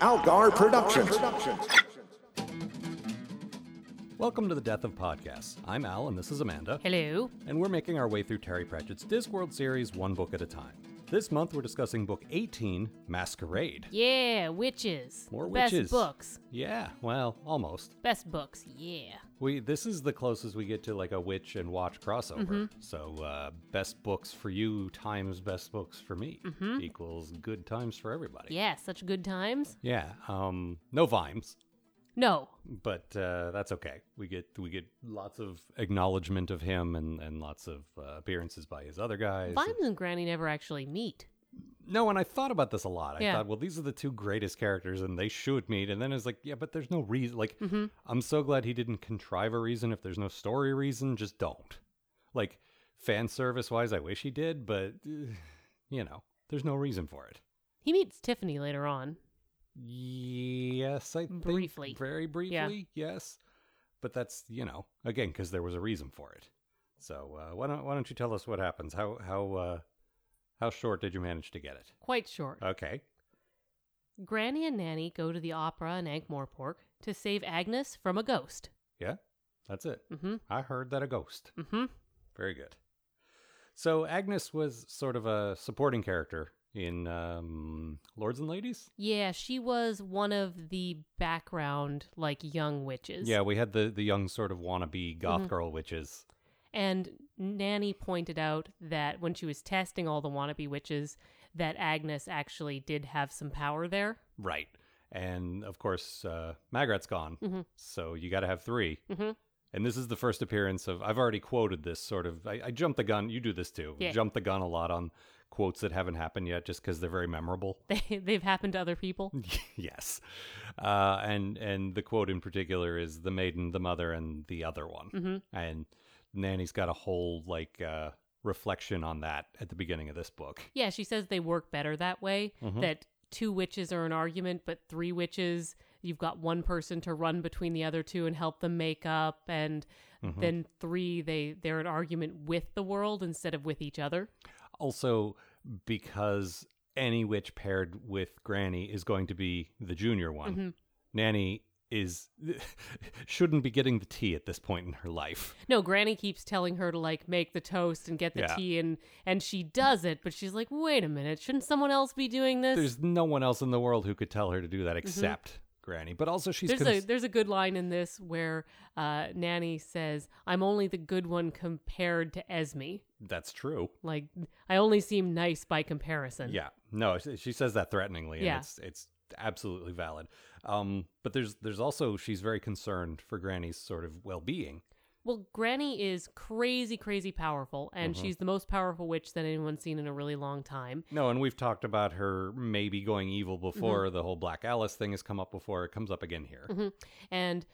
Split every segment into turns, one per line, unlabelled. Algar Productions.
Welcome to the Death of Podcasts. I'm Al, and this is Amanda,
Hello.
and we're making our way through Terry Pratchett's Discworld series one book at a time. This month, we're discussing book 18, Masquerade.
Yeah, witches.
More
Best
witches.
books.
Yeah, well, almost.
Best books. Yeah.
We this is the closest we get to like a witch and watch crossover.
Mm-hmm.
So uh, best books for you times best books for me equals good times for everybody.
Mm-hmm. Yeah, such good times.
Yeah. Um, no vimes,
No.
but uh, that's okay. We get we get lots of acknowledgement of him and and lots of uh, appearances by his other guys.
Vimes and Granny never actually meet.
No, and I thought about this a lot. I
Yeah.
thought, well, these are the two greatest characters, and they should meet. And then it's like, yeah, but there's no reason. Like,
Mm-hmm.
I'm so glad he didn't contrive a reason. If there's no story reason, just don't. Like, fan service wise, I wish he did, but eh, you know, there's no reason for it.
He meets Tiffany later on.
Yes, I think
Briefly.
very briefly, yes. But that's you know, again, because there was a reason for it. So uh, why don't why don't you tell us what happens? How how uh, how short did you manage to get it?
Quite short.
Okay.
Granny and Nanny go to the opera in Ankh-Morpork to save Agnes from a ghost.
Yeah, that's it.
Mm-hmm.
I heard that a ghost.
Mm-hmm.
Very good. So Agnes was sort of a supporting character in um, Lords and Ladies.
Yeah, she was one of the background, like, young witches.
Yeah, we had the the young sort of wannabe goth girl witches.
And Nanny pointed out that when she was testing all the wannabe witches, that Agnes actually did have some power there.
Right. And of course, uh, Magrat's gone,
Mhm.
so you got to have 3
Mhm.
And this is the first appearance of. I've already quoted this sort of. I, I jumped the gun. You do this too.
Yeah.
Jump the gun a lot on quotes that haven't happened yet, just because they're very memorable.
They, they've happened to other people.
yes uh and and the quote in particular is the maiden the mother and the other one
Mhm.
and nanny's got a whole like uh reflection on that at the beginning of this book
Yeah, she says they work better that way.
Mhm.
That two witches are an argument, but three witches, you've got one person to run between the other two and help them make up, and
Mhm.
then three, they they're an argument with the world instead of with each other.
also because any witch paired with granny is going to be the junior one nanny is shouldn't be getting the tea at this point in her life
No, Granny keeps telling her to like make the toast and get the
Yeah.
tea, and and she does it, but she's like, wait a minute, shouldn't someone else be doing this?
there's no one else in the world who could tell her to do that except granny but also she's
There's
cons-
a there's a good line in this where uh, Nanny says, "I'm only the good one compared to Esme."
that's true
Like I only seem nice by comparison.
Yeah. No, she- she says that threateningly and
Yeah.
it's it's absolutely valid. Um but there's there's also she's very concerned for Granny's sort of well-being.
Well, Granny is crazy, crazy powerful, and
Mm-hmm.
she's the most powerful witch that anyone's seen in a really long time.
No, and we've talked about her maybe going evil before. The whole Black Alice thing has come up before. It comes up again here.
And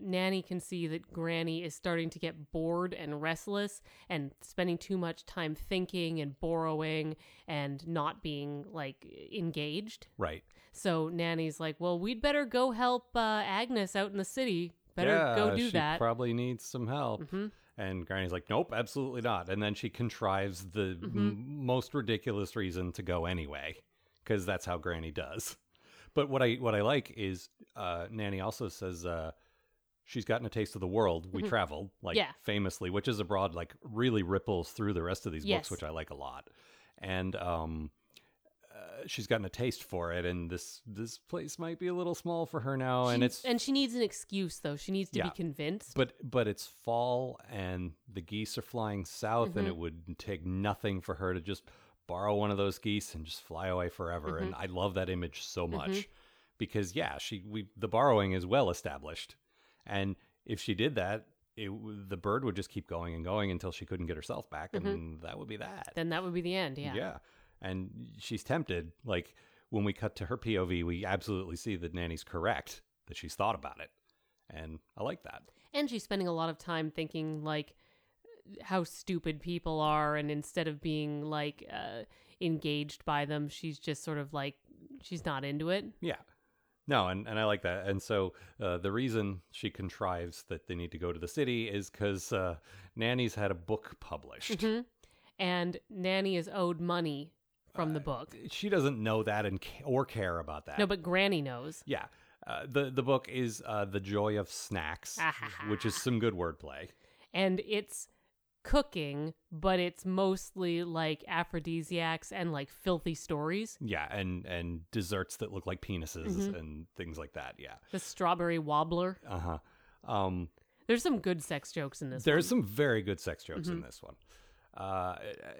Nanny can see that Granny is starting to get bored and restless and spending too much time thinking and borrowing and not being like engaged.
Right.
So Nanny's like, "Well, we'd better go help uh, Agnes out in the city. Better
yeah,
go do
she
that." Mm-hmm.
probably needs some help. And Granny's like, "Nope, absolutely not." And then she contrives the
Mm-hmm.
m- most ridiculous reason to go anyway, because that's how Granny does. But what I what I like is uh, Nanny also says uh, she's gotten a taste of the world. We traveled, like
Mm-hmm. Yeah.
famously, which is abroad, like really ripples through the rest of these books,
Yes.
which I like a lot. And um, uh, she's gotten a taste for it, and this this place might be a little small for her now, oh, and
She-
it's
and she needs an excuse though. She needs to
Yeah.
be convinced.
but but it's fall and the geese are flying south, and it would take nothing for her to just borrow one of those geese and just fly away forever. And I love that image so much because yeah, she we the borrowing is well established, and if she did that, it w- the bird would just keep going and going until she couldn't get herself back, and that would be that.
then that would be the end. Yeah.
and she's tempted. Like when we cut to her POV, we absolutely see that Nanny's correct that she's thought about it, and I like that.
And she's spending a lot of time thinking like how stupid people are and instead of being like uh engaged by them, she's just sort of like she's not into it.
Yeah. No, and, and I like that. And so uh, the reason she contrives that they need to go to the city is because uh,
Mm-hmm.
Nanny's had a book published.
Mhm. And Nanny is owed money from the book.
She doesn't know that and ca- or care about that.
No, but Granny knows.
yeah. Uh, the the book is uh, the joy of snacks,
Ah,
which is some good wordplay.
and it's cooking, but it's mostly like aphrodisiacs and like filthy stories.
Yeah, and and desserts that look like penises
Mm-hmm.
and things like that. Yeah.
The strawberry wobbler.
Uh huh. Um,
There's some good sex jokes in this. Mm-hmm.
There's some very good sex jokes in this one. Uh,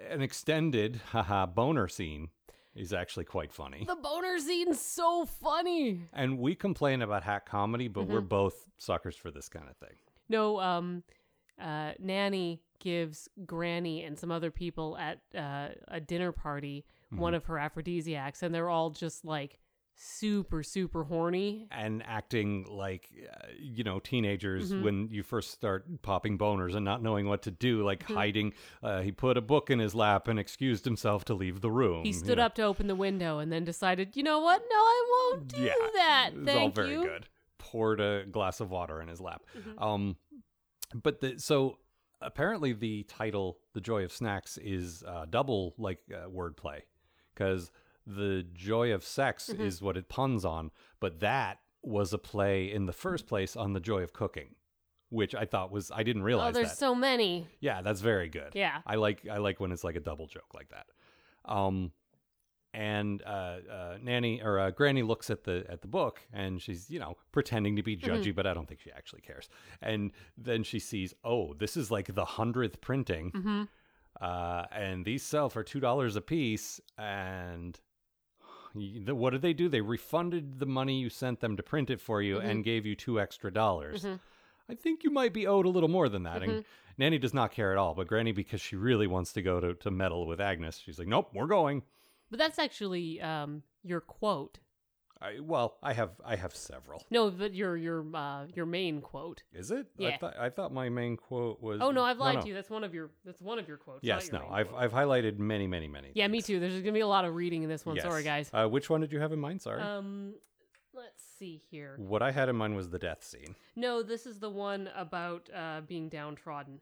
an extended haha boner scene is actually quite funny.
The boner scene's so funny.
And we complain about hack comedy, but
Mm-hmm.
we're both suckers for this kind of thing.
No, um, uh, Nanny gives Granny and some other people at uh, a dinner party
Mm-hmm.
one of her aphrodisiacs, and they're all just like super, super horny.
And acting like, uh, you know, teenagers
Mm-hmm.
when you first start popping boners and not knowing what to do, like
Mm-hmm.
hiding. Uh, he put a book in his lap and excused himself to leave the room.
He stood up to open the window and then decided, you know what? No, I won't do that.
It was
Thank
all very
you. Mm-hmm.
good. Poured a glass of water in his lap. Um, but the so apparently the title "The Joy of Snacks" is uh, double like uh, wordplay because the joy of sex
Mm-hmm.
is what it puns on, but that was a play in the first place on the joy of cooking, which I thought was I didn't
Oh,
realize
there's
that.
so many.
Yeah, that's very good.
Yeah.
I like I like when it's like a double joke like that. Um and uh, uh nanny or uh, granny looks at the at the book and she's, you know, pretending to be judgy, but I don't think she actually cares. And then she sees, "Oh, this is like the 100th printing."
Mm-hmm.
Uh and these sell for $2 a piece and y- the- what did they do? They refunded the money you sent them to print it for you
Mm-hmm.
and gave you two extra dollars. I think you might be owed a little more than that.
Mm-hmm.
And Nanny does not care at all, but Granny, because she really wants to go to, to meddle with Agnes, she's like, nope, we're going.
But that's actually um, your quote.
I, well, I have I have several.
No, but your your uh, your main quote.
Is it? I,
Yeah.
thought I thought my main quote was.
Oh no, I've lied
no.
to you. That's one of your that's one of your quotes. not
Yes,
your
no,
main
I've
quote.
I've highlighted many, many, many.
yeah, me too. There's gonna be a lot of reading in this one.
Yes.
Sorry, guys.
Uh, which one did you have in mind? Sorry.
Um, let's see here.
what I had in mind was the death scene.
No, this is the one about uh, being downtrodden.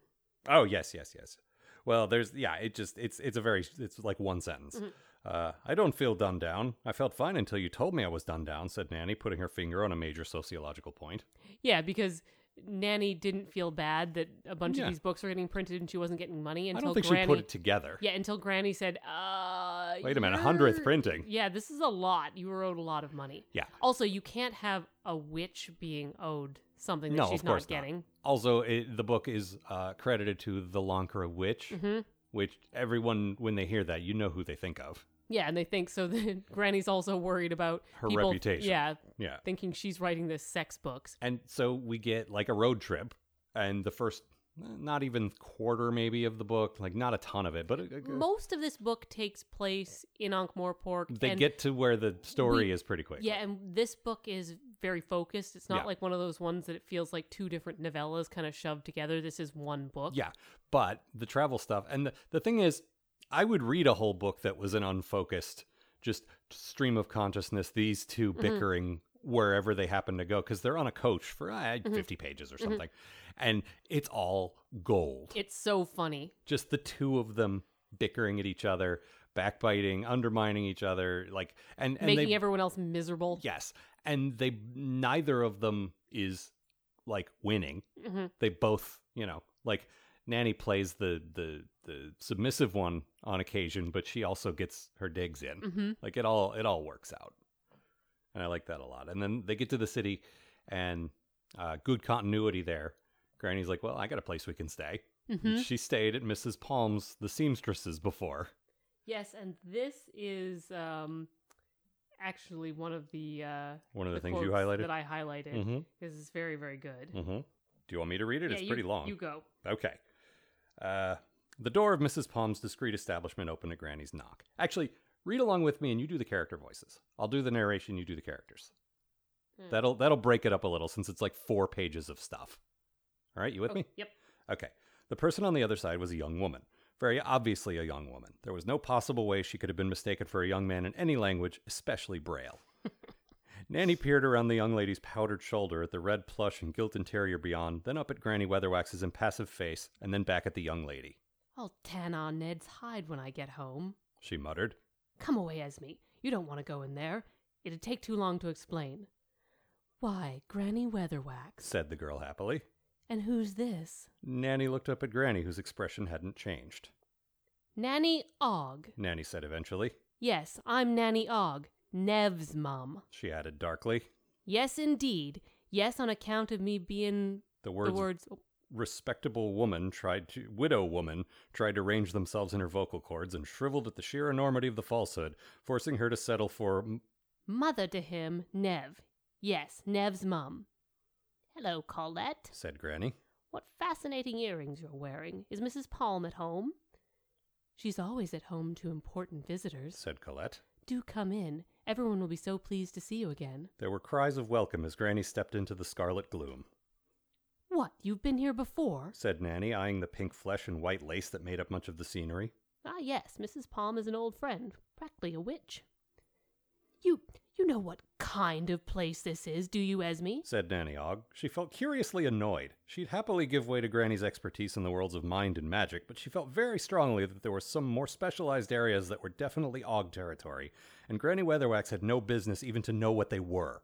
Oh yes, yes, yes. Well, there's yeah. It just it's it's a very it's like one sentence.
Mm-hmm.
Uh, I don't feel done down. I felt fine until you told me I was done down," said Nanny, putting her finger on a major sociological point.
Yeah, because Nanny didn't feel bad that a bunch
Yeah.
of these books were getting printed and she wasn't getting money
I
until
don't think
Granny.
she put it together.
yeah, until Granny said, "Uh,
Wait a minute,
you're-
hundredth printing.
Yeah, this is a lot. You were owed a lot of money.
Yeah.
Also, you can't have a witch being owed something that
No,
she's
of course
not getting.
Also, it, the book is uh, credited to the Lonkara witch,
Mm-hmm.
which everyone, when they hear that, you know who they think of.
Yeah, and they think so. Then Granny's also worried about
Her
people-
reputation.
Yeah,
Yeah.
thinking she's writing this sex books.
And so we get like a road trip, and the first, eh, not even quarter maybe of the book, like not a ton of it, but a- a- a-
Most of this book takes place in Ankh-Morpork.
they
and,
get to where the story
we-
is pretty quick.
Yeah, and this book is very focused. It's not
Yeah.
like one of those ones that it feels like two different novellas kind of shoved together. This is one book.
Yeah, but the travel stuff, and the, the thing is, I would read a whole book that was an unfocused, just stream of consciousness. These 2
Mm-hmm.
bickering wherever they happen to go because they're on a coach for uh,
Mm-hmm.
fifty pages or something, and it's all gold.
It's so funny.
just the two of them bickering at each other, backbiting, undermining each other, like and and
Making
they
everyone else miserable.
yes, and they neither of them is like winning
hmm
they both you know like nanny plays the the the submissive one on occasion but she also gets her digs in
Mhm.
like it all it all works out and i like that a lot and then they get to the city and uh, good continuity there granny's like well i got a place we can stay
hmm
she stayed at mrs palm's the seamstress's before
Yes, and this is um, actually one of the uh,
one of the,
the
things you
quotes
highlighted
that I highlighted.
mm-hmm,
This is very very good.
mm-hmm. do you want me to read it
Yeah,
it's
you-
pretty long
You go.
Okay. Uh, the door of Mrs. Palm's discreet establishment opened at Granny's knock. Actually, read along with me, and you do the character voices. I'll do the narration. You do the characters.
Hmm.
That'll that'll break it up a little since it's like four pages of stuff. All right, you with
Oh,
me?
Yep.
Okay. The person on the other side was a young woman. Very obviously a young woman. There was no possible way she could have been mistaken for a young man in any language, especially Braille. Nanny peered around the young lady's powdered shoulder at the red plush and gilt interior beyond, then up at Granny Weatherwax's impassive face, and then back at the young lady.
I'll tan on Ned's hide when I get home.
She muttered.
Come away, Esme. You don't want to go in there. It'd take too long to explain. Why, Granny Weatherwax.
said the girl happily.
And who's this?
Nanny looked up at Granny, whose expression hadn't changed.
Nanny Og.
Nanny said eventually.
Yes, I'm Nanny Og, Nev's mum.
She added darkly.
Yes, indeed. Yes, on account of me being
The words
the words.
respectable woman tried to widow woman tried to range themselves in her vocal cords and shriveled at the sheer enormity of the falsehood, forcing her to settle for "M-
Mother to him, Nev. Yes, Nev's mum. Hello, Colette.
said Granny.
What fascinating earrings you're wearing. Is Mrs. Palm at home? She's always at home to important visitors.
said Colette.
Do come in. Everyone will be so pleased to see you again.
There were cries of welcome as Granny stepped into the scarlet gloom.
What, you've been here before?
Said Nanny, eyeing the pink flesh and white lace that made up much of the scenery.
Ah, yes, Mrs. Palm is an old friend, practically a witch. You you know what kind of place this is, do you, Esme?
Said Nanny Og. She felt curiously annoyed. She'd happily give way to Granny's expertise in the worlds of mind and magic, but she felt very strongly that there were some more specialized areas that were definitely Og territory, and Granny Weatherwax had no business even to know what they were.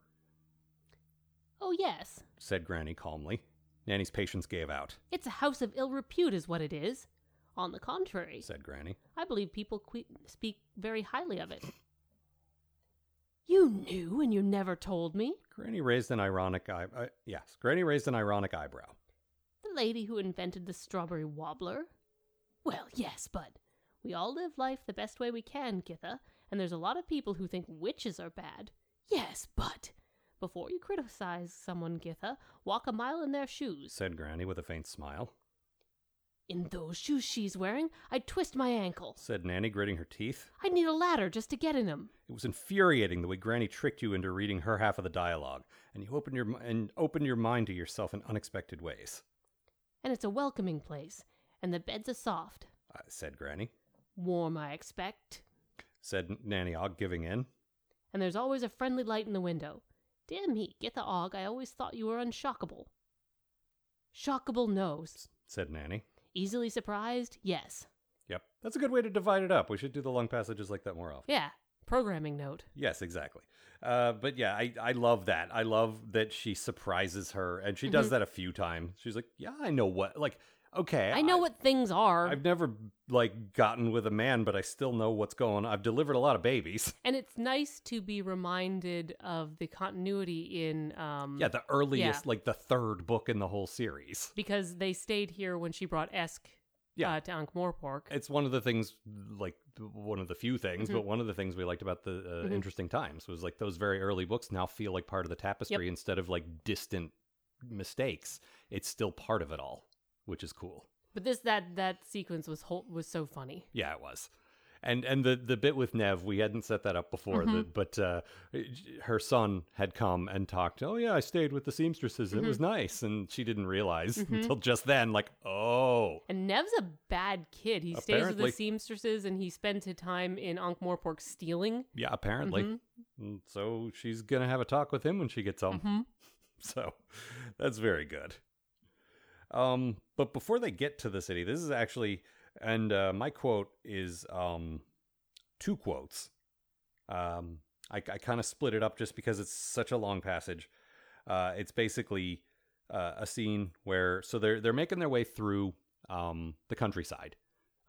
Oh, yes.
Said Granny calmly. Nanny's patience gave out.
It's a house of ill repute, is what it is. On the contrary,
Said Granny.
I believe people que- speak very highly of it. You knew and you never told me.
Granny raised an ironic eye. Uh, yes, Granny raised an ironic eyebrow.
The lady who invented the strawberry wobbler? Well, yes, but we all live life the best way we can, Githa, and there's a lot of people who think witches are bad. Yes, but before you criticize someone, Githa, walk a mile in their shoes.
Said Granny with a faint smile.
In those shoes she's wearing, I'd twist my ankle.
Said Nanny, gritting her teeth.
I'd need a ladder just to get in 'em.
It was infuriating the way Granny tricked you into reading her half of the dialogue, and you opened your m- and opened your mind to yourself in unexpected ways.
And it's a welcoming place, and the beds are soft.
Uh, said Granny.
Warm, I expect.
Said Nanny Og, giving in.
and there's always a friendly light in the window. Dear me, get the og, I always thought you were unshockable. Shockable nose.
Said Nanny.
Easily surprised? Yes.
Yep, that's a good way to divide it up. We should do the long passages like that more often.
Yeah. Programming note.
Yes, exactly. Uh, but yeah, I, I love that. I love that she surprises her, and she
Mm-hmm.
does that a few times. She's like, "Yeah, I know what." Like, okay,
I know what things are,
I've never like gotten with a man, but I still know what's going. on. I've delivered a lot of babies.
and it's nice to be reminded of the continuity in. Um,
Yeah, the earliest, like the third book in the whole series.
Because they stayed here when she brought Esk
Yeah.
uh, to Ankh-Morpork.
It's one of the things, like one of the few things, but one of the things we liked about the uh, interesting times was like those very early books now feel like part of the tapestry instead of like distant mistakes. It's still part of it all, which is cool.
But this that that sequence was whole, was so funny.
Yeah, it was. And and the the bit with Nev, we hadn't set that up before, the, but uh, her son had come and talked. Oh yeah, I stayed with the seamstresses. It was nice, and she didn't realize until just then. Like, oh,
And Nev's a bad kid. He stays with
Apparently.
the seamstresses and he spends his time in Ankh-Morpork stealing. Mm-hmm.
yeah, apparently. Um, And so she's gonna have a talk with him when she gets home.
Mhm.
So that's very good. Um, but before they get to the city, this is actually, and uh, my quote is um, two quotes. Um, I, I kind of split it up just because it's such a long passage. Uh, it's basically uh, a scene where so they're they're making their way through um, the countryside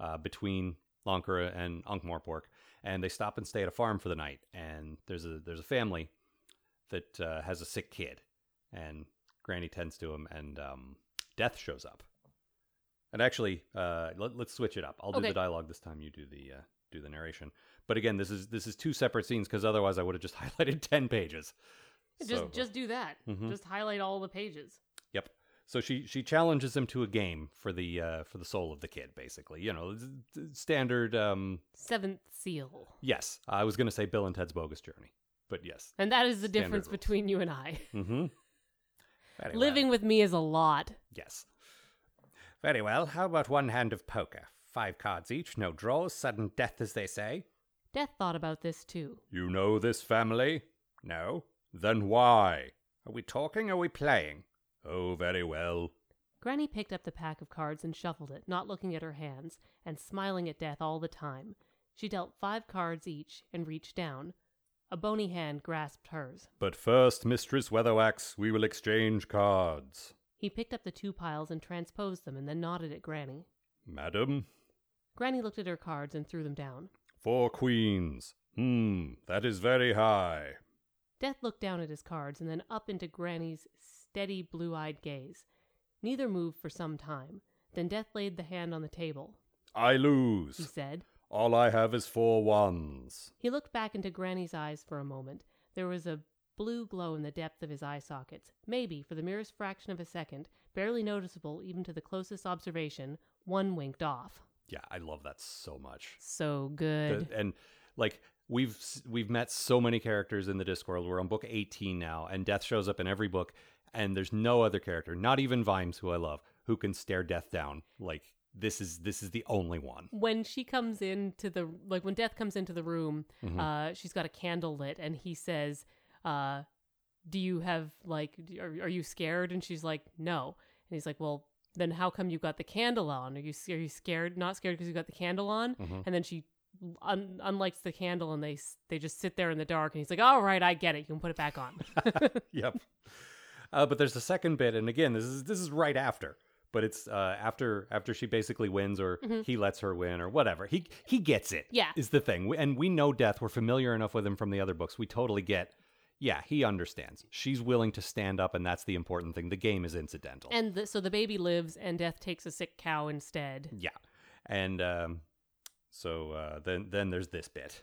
uh, between Lonkara and Ankh-Morpork, and they stop and stay at a farm for the night. And there's a there's a family that uh, has a sick kid, and Granny tends to him, and um, Death shows up. And actually, uh, let, let's switch it up. I'll do
Okay.
the dialogue this time. You do the uh, do the narration. But again, this is this is two separate scenes because otherwise I would have just highlighted ten pages.
Just
So-
just do that.
Mhm.
Just highlight all the pages.
Yep. So she she challenges him to a game for the uh, for the soul of the kid, basically. You know, s- s- standard. Um,
Seventh seal.
yes, I was going to say Bill and Ted's Bogus Journey, but yes.
And that is the
Standard
difference
rules.
between you and I.
Mm-hmm. Very well.
Living with me is a lot.
Yes. Very well. How about one hand of poker? Five cards each, no draws, sudden death, as they say.
Death thought about this too.
You know this family? No. Then why? Are we talking? Are we playing? Oh, very well.
Granny picked up the pack of cards and shuffled it, not looking at her hands, and smiling at Death all the time. She dealt five cards each and reached down. A bony hand grasped hers.
But first, Mistress Weatherwax, we will exchange cards.
He picked up the two piles and transposed them and then nodded at Granny.
Madam,
Granny looked at her cards and threw them down.
four queens. Hmm, that is very high.
Death looked down at his cards and then up into Granny's steady blue eyed gaze. Neither moved for some time. Then Death laid the hand on the table.
I
He
lose.
said,
All I have is four ones.
He looked back into Granny's eyes for a moment. There was a blue glow in the depth of his eye sockets. Maybe, for the merest fraction of a second, barely noticeable even to the closest observation, one winked off.
Yeah, I love that so much.
So
The-
good.
and like we've s- we've met so many characters in the Discworld. We're on book 18 now, and Death shows up in every book, and there's no other character, not even Vimes, who I love, who can stare Death down. Like this is this is the only one.
when she comes into the like when death comes into the room
Mhm.
uh she's got a candle lit and he says uh do you have like d- are, are you scared and she's like no and he's like well then how come you got the candle on are you s- are you scared not scared because you got the candle on
Mhm.
and then she un- unlights the candle and they s- they just sit there in the dark and he's like all right i get it you can put it back on
yep. Uh, but there's a second bit, and again, this is this is right after. But it's uh, after after she basically wins, or he lets her win, or whatever. He he gets it.
Mm-hmm. Yeah.
is the thing. We, and we know Death. We're familiar enough with him from the other books. We totally get. Yeah, he understands. She's willing to stand up, and that's the important thing. The game is incidental.
and the, so the baby lives and death takes a sick cow instead
yeah, and um, so uh, then then there's this bit.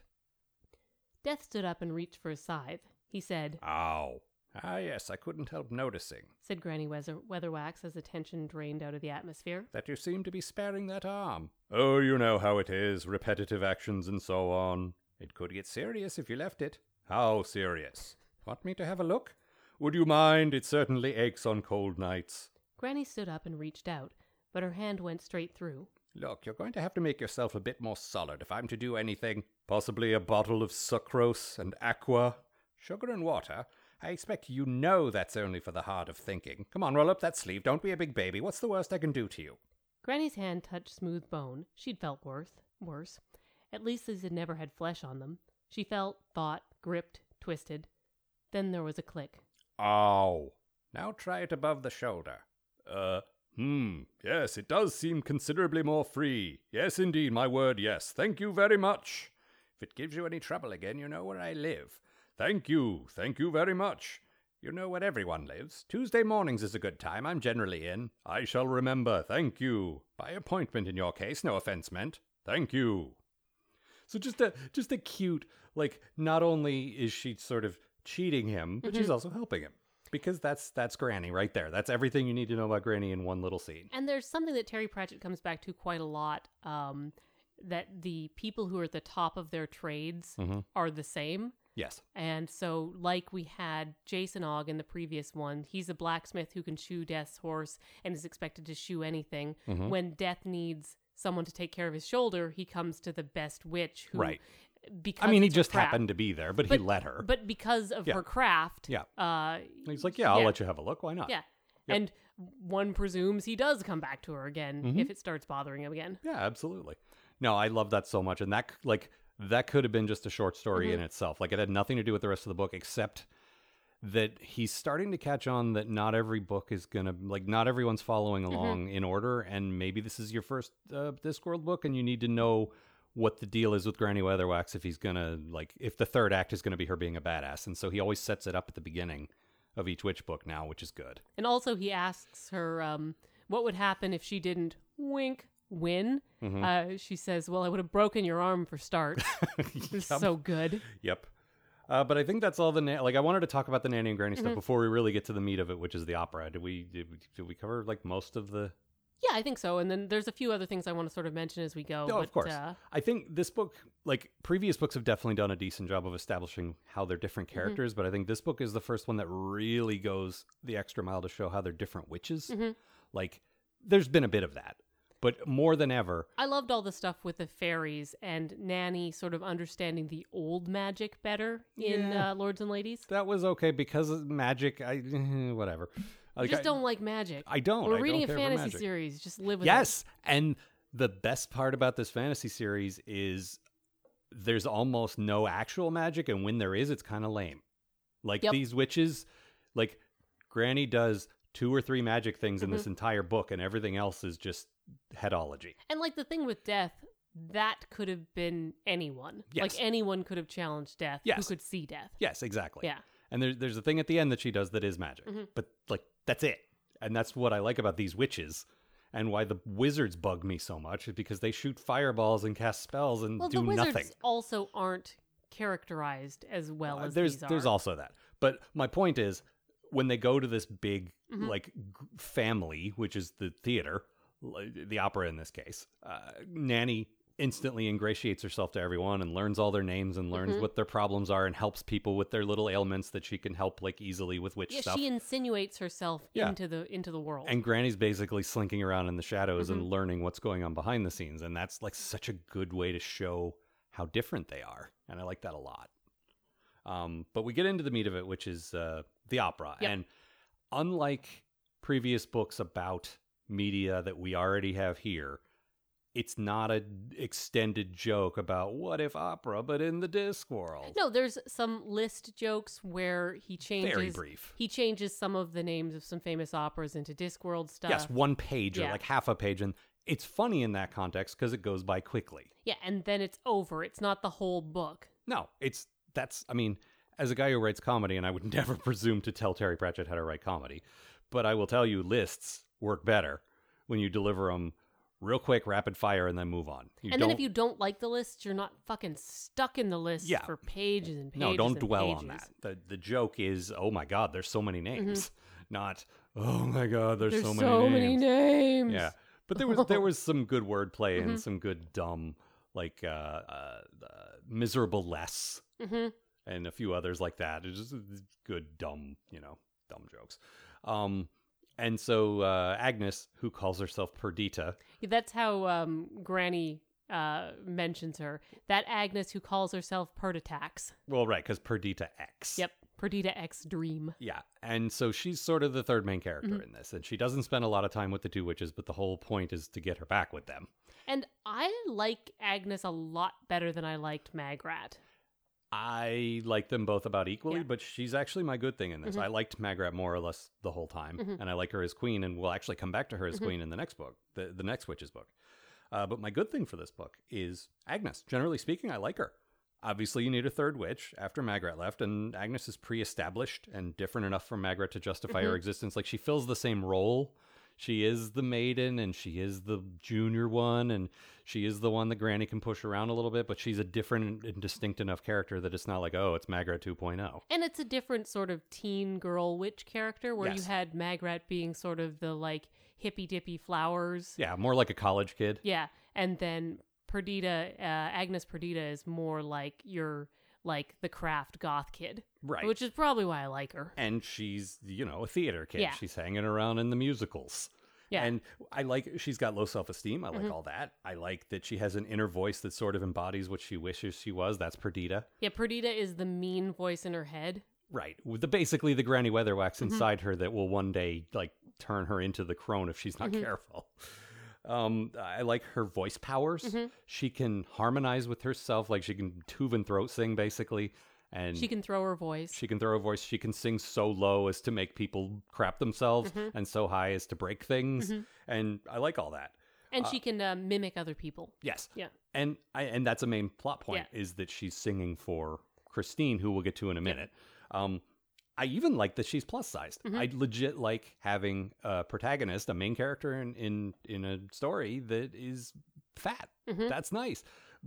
death stood up and reached for his scythe he said
Ow. Ah, yes, I couldn't help noticing
said Granny Weather- Weatherwax as the tension drained out of the atmosphere.
that you seem to be sparing that arm. Oh, you know how it is repetitive actions and so on. It could get serious if you left it. How serious? Want me to have a look? Would you mind? It certainly aches on cold nights.
Granny stood up and reached out, but her hand went straight through.
Look, you're going to have to make yourself a bit more solid if I'm to do anything. Possibly a bottle of sucrose and aqua. Sugar and water? I expect you know that's only for the hard of thinking. Come on, roll up that sleeve. Don't be a big baby. What's the worst I can do to you?
Granny's hand touched smooth bone. She'd felt worse, worse. At least these had never had flesh on them. She felt, thought, gripped, twisted. Then there was a click.
Ow. Now try it above the shoulder. Uh, hmm. Yes, it does seem considerably more free. Yes, indeed, my word, yes. Thank you very much. If it gives you any trouble again, you know where I live. Thank you, thank you very much. You know where everyone lives. Tuesday mornings is a good time. I'm generally in. I shall remember. Thank you. By appointment in your case, no offense meant. Thank you. So just a just a cute like not only is she sort of cheating him, but she's also helping him. Because that's that's Granny right there. That's everything you need to know about Granny in one little scene.
And there's something that Terry Pratchett comes back to quite a lot um, that the people who are at the top of their trades are the same.
Yes.
And so, like we had Jason Ogg in the previous one, he's a blacksmith who can shoe Death's horse and is expected to shoe anything.
Mm-hmm.
When Death needs someone to take care of his shoulder, he comes to the best witch. Who,
Right.
Because
I mean, he
it's her
just
craft-
happened to be there, but, he let her.
But because of
Yeah.
her craft,
Yeah.
uh,
He's like, yeah, I'll let you have a look. Why not?
yeah. And one presumes he does come back to her again
Mm-hmm.
if it starts bothering him again.
Yeah, absolutely. No, I love that so much, and that c- like that could have been just a short story
Mm-hmm.
in itself. Like it had nothing to do with the rest of the book, except that he's starting to catch on that not every book is gonna like not everyone's following
Mm-hmm.
along in order, and maybe this is your first uh, Discworld book, and you need to know what the deal is with Granny Weatherwax if he's gonna like if the third act is gonna be her being a badass, and so he always sets it up at the beginning of each witch book now, which is good.
And also, he asks her um, what would happen if she didn't wink win.
Mm-hmm.
Uh, she says, "Well, I would have broken your arm for starts." It's so good.
Yep. Uh, but I think that's all the na- like. I wanted to talk about the nanny and granny
Mm-hmm.
stuff before we really get to the meat of it, which is the opera. Did we did we, did we cover like most of the?
Yeah, I think so. And then there's a few other things I want to sort of mention as we go.
No,
but,
of course.
Uh,
I think this book, like previous books, have definitely done a decent job of establishing how they're different
Mm-hmm.
characters. But I think this book is the first one that really goes the extra mile to show how they're different witches.
Mm-hmm.
Like, there's been a bit of that, but more than ever,
I loved all the stuff with the fairies and Nanny sort of understanding the old magic better in
Yeah.
uh, Lords and Ladies.
that was okay because of magic. I whatever. Like,
just
I-
don't like magic.
I don't. I
We're
don't
reading
care
a
for
fantasy
magic.
series. Just live with it.
Yes, and the best part about this fantasy series is there's almost no actual magic, and when there is, it's kind of lame. Like
Yep.
these witches, like Granny does two or three magic things in
Mm-hmm.
this entire book, and everything else is just headology.
And like the thing with death, that could have been anyone.
Yes.
Like anyone could have challenged death
Yes.
who could see death.
Yes, exactly.
Yeah. Mm-hmm.
And there, there's a thing at the end that she does that is magic, but like that's it. And that's what I like about these witches, and why the wizards bug me so much is because they shoot fireballs and cast spells and
Well,
do
the wizards
nothing.
also aren't characterized as well
Uh,
as
there's
these are.
there's also that. But my point is, when they go to this big
Mhm.
like g- family, which is the theater, li- the opera in this case, uh, Nanny instantly ingratiates herself to everyone and learns all their names and learns
Mhm.
what their problems are and helps people with their little ailments that she can help like easily with witch
yeah,
stuff.
she insinuates herself
Yeah.
into the into the world.
and Granny's basically slinking around in the shadows
Mm-hmm.
and learning what's going on behind the scenes, and that's like such a good way to show how different they are, and I like that a lot. Um, but we get into the meat of it, which is uh, the opera,
Yep.
and unlike previous books about media that we already have here, it's not a extended joke about what if opera, but in the disc world.
no, there's some list jokes where he changes
Very brief.
he changes some of the names of some famous operas into Discworld stuff.
Yes, one page or
Yeah.
like half a page, and it's funny in that context because it goes by quickly.
Yeah, and then it's over. It's not the whole book.
No, it's that's I mean, as a guy who writes comedy, and I would never presume to tell Terry Pratchett how to write comedy, but I will tell you lists work better when you deliver them real quick, rapid fire, and then move on. You
and then if you don't like the list, you're not fucking stuck in the list
Yeah.
for pages and pages.
no, don't
and
dwell
pages.
on
Mm-hmm.
that. The the joke is, oh my god, there's so many names, not oh my god, there's, so many names.
names. Mm-hmm.
Yeah, but there was there was some good wordplay and some good dumb like uh, uh, uh miserable less
Mhm.
and a few others like that. It's just uh, good, dumb, you know, dumb jokes. Um, and so uh, Agnes, who calls herself Perdita,
That's how um, Granny uh, mentions her. That Agnes who calls herself Perditax.
well, right, because Perdita X.
Yep, Perdita X Dream.
Yeah. And so she's sort of the third main character in this. And she doesn't spend a lot of time with the two witches, but the whole point is to get her back with them.
And I like Agnes a lot better than I liked Magrat.
I like them both about equally,
Yeah.
but she's actually my good thing in this. I liked Magrat more or less the whole time, and I like her as queen, and we'll actually come back to her as queen in the next book, the, the next witch's book. Uh, but my good thing for this book is Agnes. Generally speaking, I like her. Obviously, you need a third witch after Magrat left, and Agnes is pre established and different enough for Magrat to justify her existence. Like, she fills the same role. She is the maiden and she is the junior one, and she is the one that Granny can push around a little bit, but she's a different and distinct enough character that it's not like, oh, it's Magrat 2.0.
And it's a different sort of teen girl witch character where you
Yes.
had Magrat being sort of the like hippy dippy flowers.
Yeah, more like a college kid.
Yeah, and then Perdita, uh, Agnes Perdita is more like your like the craft goth kid,
Right.
which is probably why I like her.
and she's you know a theater kid
Yeah.
she's hanging around in the musicals
Yeah. Mm-hmm.
and i like she's got low self-esteem i like all that i like that she has an inner voice that sort of embodies what she wishes she was that's perdita
Yeah, Perdita is the mean voice in her head.
right with the basically the granny weatherwax
Mm-hmm.
inside her that will one day like turn her into the crone if she's not
Mm-hmm.
careful um i like her voice powers
Mm-hmm.
she can harmonize with herself like she can tube and throat sing basically and
She can throw her voice.
She can throw a voice. She can sing so low as to make people crap themselves
Mm-hmm.
and so high as to break things. And I like all that.
And she can uh, mimic other people.
Yes.
Yeah.
And I and that's a main plot point is that she's singing for Christine, who we'll get to in a minute. Um I even like that she's plus sized.
Mm-hmm.
I legit like having a protagonist, a main character in in, in a story that is fat.
Mm-hmm.
That's nice.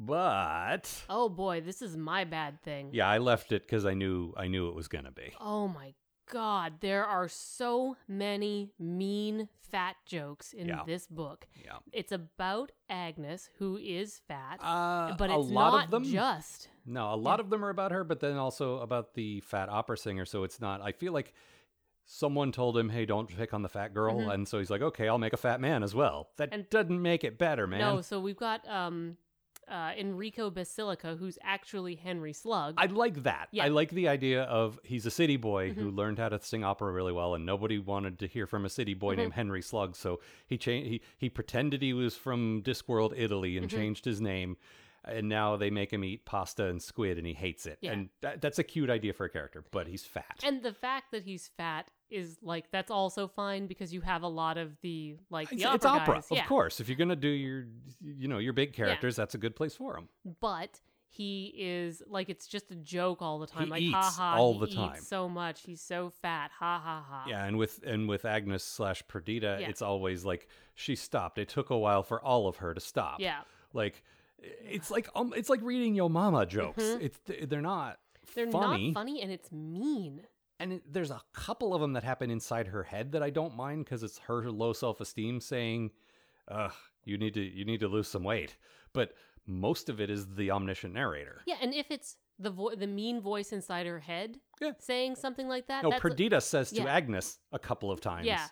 But
Oh boy, this is my bad thing.
yeah, I left it because I knew I knew it was gonna be.
Oh my god, there are so many mean fat jokes in
Yeah.
this book.
Yeah.
It's about Agnes, who is fat,
Uh,
but
a
it's
lot
not
of them
just.
No, a lot of them are about her, but then also about the fat opera singer. So it's not. I feel like someone told him, "Hey, don't pick on the fat girl," and so he's like, "Okay, I'll make a fat man as well." That
Mm-hmm. And-
doesn't make it better, man.
No, so we've got um, uh, Enrico Basilica, who's actually Henry Slug.
I like that.
Yeah. Mm-hmm.
I like the idea of he's a city boy who learned how to sing opera really well, and nobody wanted to hear from a city
Mm-hmm.
boy named Henry
Mm-hmm.
Slug, so he changed. He he pretended he was from Discworld, Italy, and changed his name. and now they make him eat pasta and squid and he hates it
Yeah.
and that, that's a cute idea for a character but he's fat
And the fact that he's fat is like that's also fine because you have a lot of the like the
it's,
opera,
it's opera
guys.
of
yeah.
course if you're gonna do your you know your big characters that's a good place for him
But he is like it's just a joke all the time.
He
like
eats
ha ha,
all
he
the
eats
time.
so much. He's so fat. Ha ha ha.
yeah and with and with agnes slash perdita
Yeah.
it's always like she stopped it took a while for all of her to stop
Yeah.
like it's like um, it's like reading yo mama jokes it's they're not
Mm-hmm. They're
funny
not funny and it's mean.
and it, there's a couple of them that happen inside her head that I don't mind because it's her low self esteem saying, "Ugh, you need to you need to lose some weight." But most of it is the omniscient narrator.
Yeah, and if it's the vo- the mean voice inside her head
Yeah.
saying something like that,
no,
that's
Perdita says to
yeah.
Agnes a couple of times,
Yeah.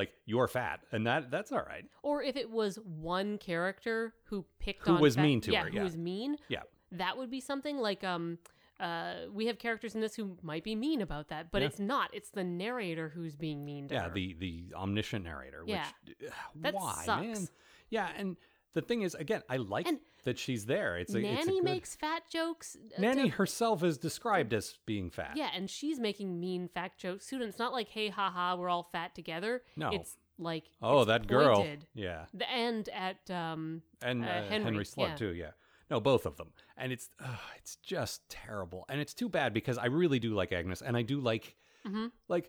like you're fat," and that that's all right.
or if it was one character who picked
Who
on
was
fat-
mean to her,
who
yeah.
was mean,
Yeah,
that would be something like um uh we have characters in this who might be mean about that, but
Yeah.
it's not. It's the narrator who's being mean to
yeah,
her.
the the omniscient narrator.
Yeah.
which,
That
why,
sucks.
man? Yeah, and the thing is, again, I like
And
that she's there. It's a
nanny
it's a good,
makes fat jokes. uh,
nanny
to-
herself is described as being fat.
yeah, and she's making mean fat jokes too. And it's not like, hey, ha ha, we're all fat together.
No.
it's like,
Oh,
it's
that girl.
pointed.
Yeah.
The end at um,
and
Uh,
uh, Henry,
Henry,
Slug
yeah.
too. Yeah, no, both of them, and it's uh, it's just terrible, and it's too bad because I really do like Agnes, and I do like
Mhm.
like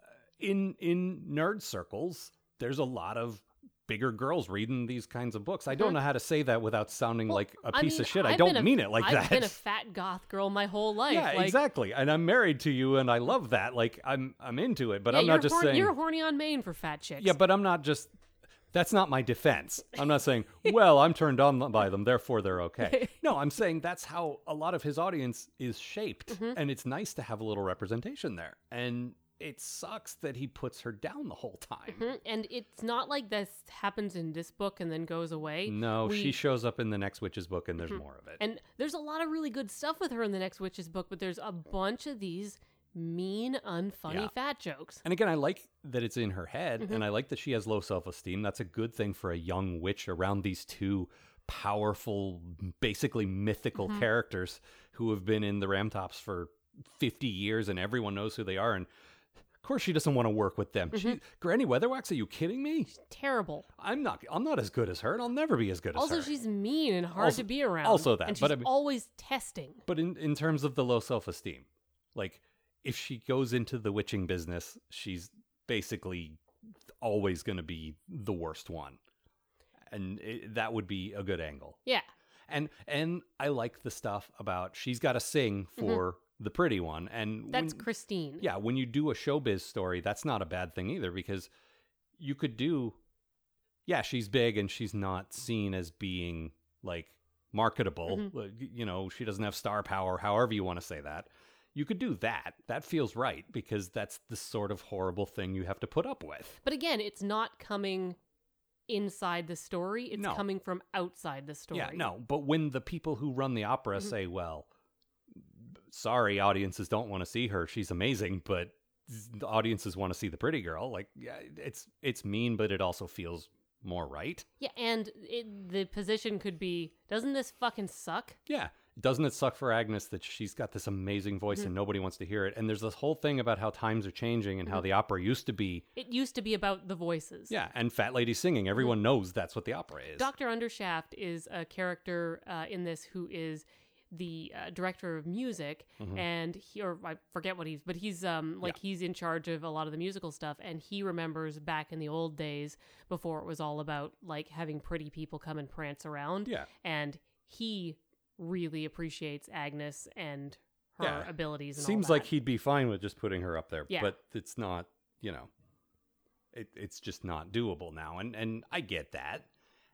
uh, in in nerd circles, there's a lot of bigger girls reading these kinds of books. I don't know how to say that without sounding
Mm-hmm. Well,
like a
I
piece
mean,
of shit. I
I've
don't
been a-
mean it like
I've
that.
been a fat goth girl my whole life.
yeah,
like,
exactly. And I'm married to you, and I love that. Like I'm I'm into it, but
yeah,
I'm
you're
not just
horny,
saying
you're horny on Maine for fat chicks.
yeah, but I'm not just. That's not my defense. I'm not saying, well, I'm turned on by them, therefore they're okay. No, I'm saying that's how a lot of his audience is shaped. And it's nice to have a little representation there. And it sucks that he puts her down the whole time.
Mhm, and it's not like this happens in this book and then goes away.
No,
Mm-hmm. We-
she shows up in the next witch's book and there's more of it.
And there's a lot of really good stuff with her in the next witch's book, but there's a bunch of these mean, unfunny
Yeah.
fat jokes.
And again, I like that it's in her head,
Mm-hmm.
and I like that she has low self esteem. That's a good thing for a young witch around these two powerful, basically mythical
Mm-hmm.
characters who have been in the Ramtops for 50 years and everyone knows who they are. And of course, she doesn't want to work with them.
Mm-hmm.
She, Granny Weatherwax, are you kidding me?
Terrible.
I'm not. I'm not as good as her, and I'll never be as good
Also,
as her.
she's mean and hard
Also-
to be around.
also that,
and she's
but I mean-
always testing.
But in, in terms of the low self esteem, like if she goes into the witching business, she's basically always going to be the worst one. And it, that would be a good angle.
Yeah,
And and I like the stuff about she's got to sing for the pretty one. And
that's
when-
Christine.
yeah, when you do a showbiz story, that's not a bad thing either because you could do yeah, she's big and she's not seen as being like marketable. Like, y- You know, she doesn't have star power, however you want to say that. You could do that. That feels right because that's the sort of horrible thing you have to put up with.
But again, it's not coming inside the story. It's
No.
coming from outside the story.
Yeah, no, but when the people who run the opera say, well, sorry, audiences don't want to see her. She's amazing, but the audiences want to see the pretty girl. Like, yeah, it's it's mean, but it also feels more right.
Yeah, and it, the position could be, doesn't this fucking suck?
Yeah. Doesn't it suck for Agnes that she's got this amazing voice and nobody wants to hear it? And there's this whole thing about how times are changing and how the opera used to be.
It used to be about the voices.
Yeah, and fat lady singing. Everyone knows that's what the opera is.
Dr. Undershaft is a character uh, in this who is the uh, director of music
Mm-hmm.
and he or I forget what he's but he's um like he's in charge of a lot of the musical stuff and he remembers back in the old days before it was all about like having pretty people come and prance around
Yeah.
and he really appreciates Agnes and her
Yeah.
abilities and all
Seems like
that.
he'd be fine with just putting her up there,
Yeah.
but it's not, you know, it, it's just not doable now. And and I get that.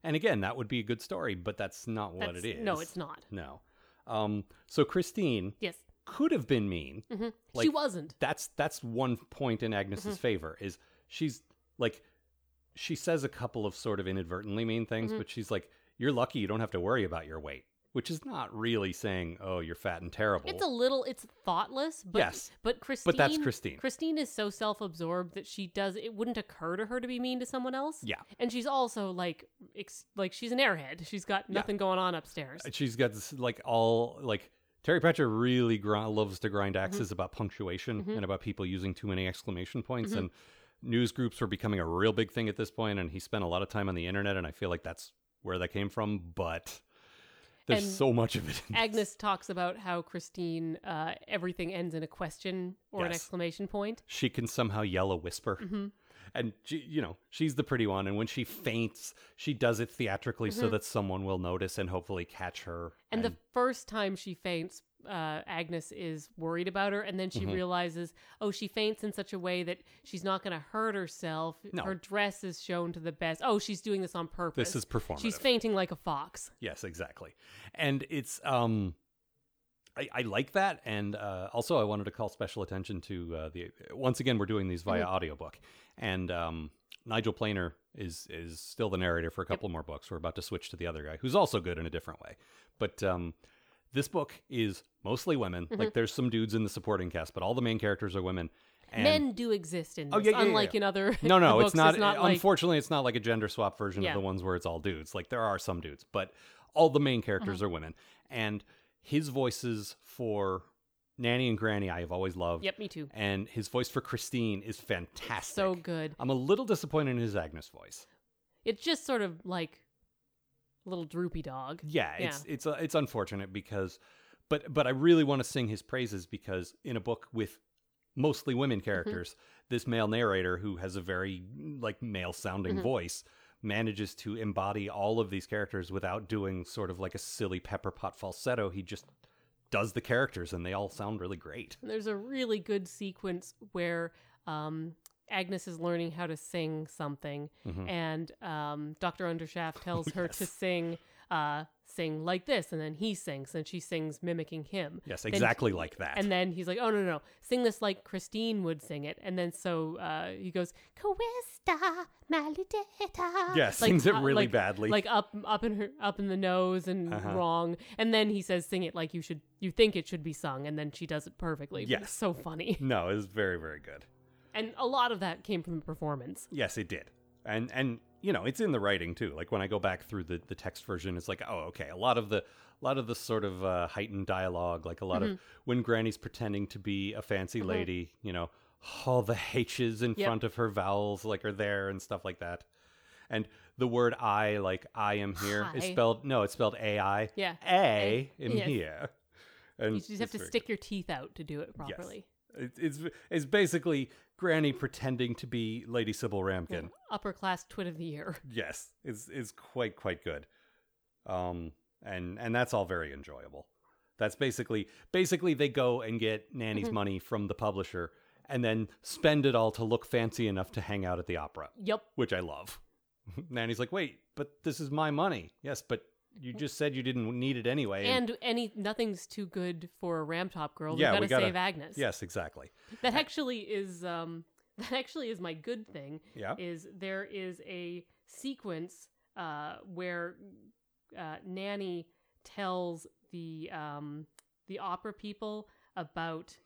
And again, that would be a good story, but that's not what
That's-
it is.
No, it's not.
No. Um, so Christine
Yes.
could have been mean.
Mm-hmm. she Mm-hmm.
Like,
wasn't.
That's that's one point in Agnes's favor is she's like
Mm-hmm.
she says a couple of sort of inadvertently mean things, but she's like, "You're lucky you don't have to worry about your weight." which is not really saying, "Oh, you're fat and terrible."
It's a little, it's thoughtless, but
Yes.
but Christine,
but that's Christine.
Christine is so self-absorbed that she does. It wouldn't occur to her to be mean to someone else.
Yeah.
and she's also like, ex- like she's an airhead. She's got nothing going on upstairs.
Uh, She's got this, like all like Terry Pratchett really gr- loves to grind
Mm-hmm.
axes about punctuation and about people using too many exclamation points
Mm-hmm.
and news groups were becoming a real big thing at this point and he spent a lot of time on the internet and I feel like that's where that came from but there's
And
so much of it. in this.
Agnes talks about how Christine, uh, everything ends in a question or an
Yes.
exclamation point.
she can somehow yell a whisper.
Mm-hmm.
And she, you know, she's the pretty one and when she faints, she does it theatrically so that someone will notice and hopefully catch her.
Mm-hmm. And, the first time she faints, uh, Agnes is worried about her, and then she
Mm-hmm.
realizes, oh, she faints in such a way that she's not going to hurt herself.
No.
Her dress is shown to the best. Oh, she's doing this on purpose.
this is performative.
She's fainting like a fox.
Yes, exactly. And it's um I, I like that and uh, also I wanted to call special attention to uh, the once again we're doing these via audiobook and um Nigel Planer is is still the narrator for a couple more books. We're about to switch to the other guy who's also good in a different way. But um this book is mostly women. Like there's some dudes in the supporting cast, but all the main characters are women. And
Men do exist in this,
Oh, yeah, yeah, yeah,
unlike
yeah.
in other
no, no,
books.
it's not.
like,
unfortunately, it's not like a gender swap version
Yeah.
of the ones where it's all dudes. Like there are some dudes, but all the
Uh-huh.
main characters are women, and his voices for Nanny and Granny I have always loved.
Yep, me too.
And his voice for Christine is fantastic.
So good.
I'm a little disappointed in his Agnes voice.
It's just sort of like a little droopy dog.
Yeah, it's it's uh, it's unfortunate because, but but I really want to sing his praises because in a book with mostly women
Mm-hmm.
characters, this male narrator who has a very like male sounding
Mm-hmm.
voice manages to embody all of these characters without doing sort of like a silly pepper pot falsetto. He just does the characters and they all sound really great.
There's a really good sequence where um, Agnes is learning how to sing something,
Mm-hmm.
and um, Dr. Undershaft
Oh,
tells her to sing. Uh, sing like this and then he sings and she sings mimicking him
Yes,
Then-
exactly like that.
and then he's like oh no no no sing this like christine would sing it and then so uh he goes carista maledetta
Yeah, sings it really
like-
badly. Uh-huh.
like up up in her up in the nose and wrong and then he says sing it like you should you think it should be sung and then she does it perfectly
Yes.
it's so funny
no, it's very very good.
and a lot of that came from the performance.
Yes, it did. And and you know, it's in the writing too. Like when I go back through the the text version, it's like, oh, okay, a lot of the a lot of the sort of uh, heightened dialogue, like a lot
Mm-hmm.
of when Granny's pretending to be a fancy lady, you know, all the H's in
Yep.
front of her vowels like are there and stuff like that. And the word I, like I am here, is
Hi.
spelled no, it's spelled A I.
Yeah.
A am
Yes.
here. And
You just have
it's
to
very-
stick your teeth out to do it properly.
it- It's it's basically Granny pretending to be Lady Sybil Ramkin.
Upper class twit of the year.
yes it's it's quite quite good um and and that's all very enjoyable that's basically basically they go and get nanny's
Mm-hmm.
money from the publisher and then spend it all to look fancy enough to hang out at the opera
Yep.
which i love nanny's like wait but this is my money yes but you just said you didn't need it anyway
Mm. And any nothing's too good for a ram top girl.
Yeah,
we,
we
gotta
gotta-
save Agnes.
yes exactly
That actually is um that actually is my good thing.
Yeah.
Is there is a sequence uh where uh Nanny tells the um the opera people about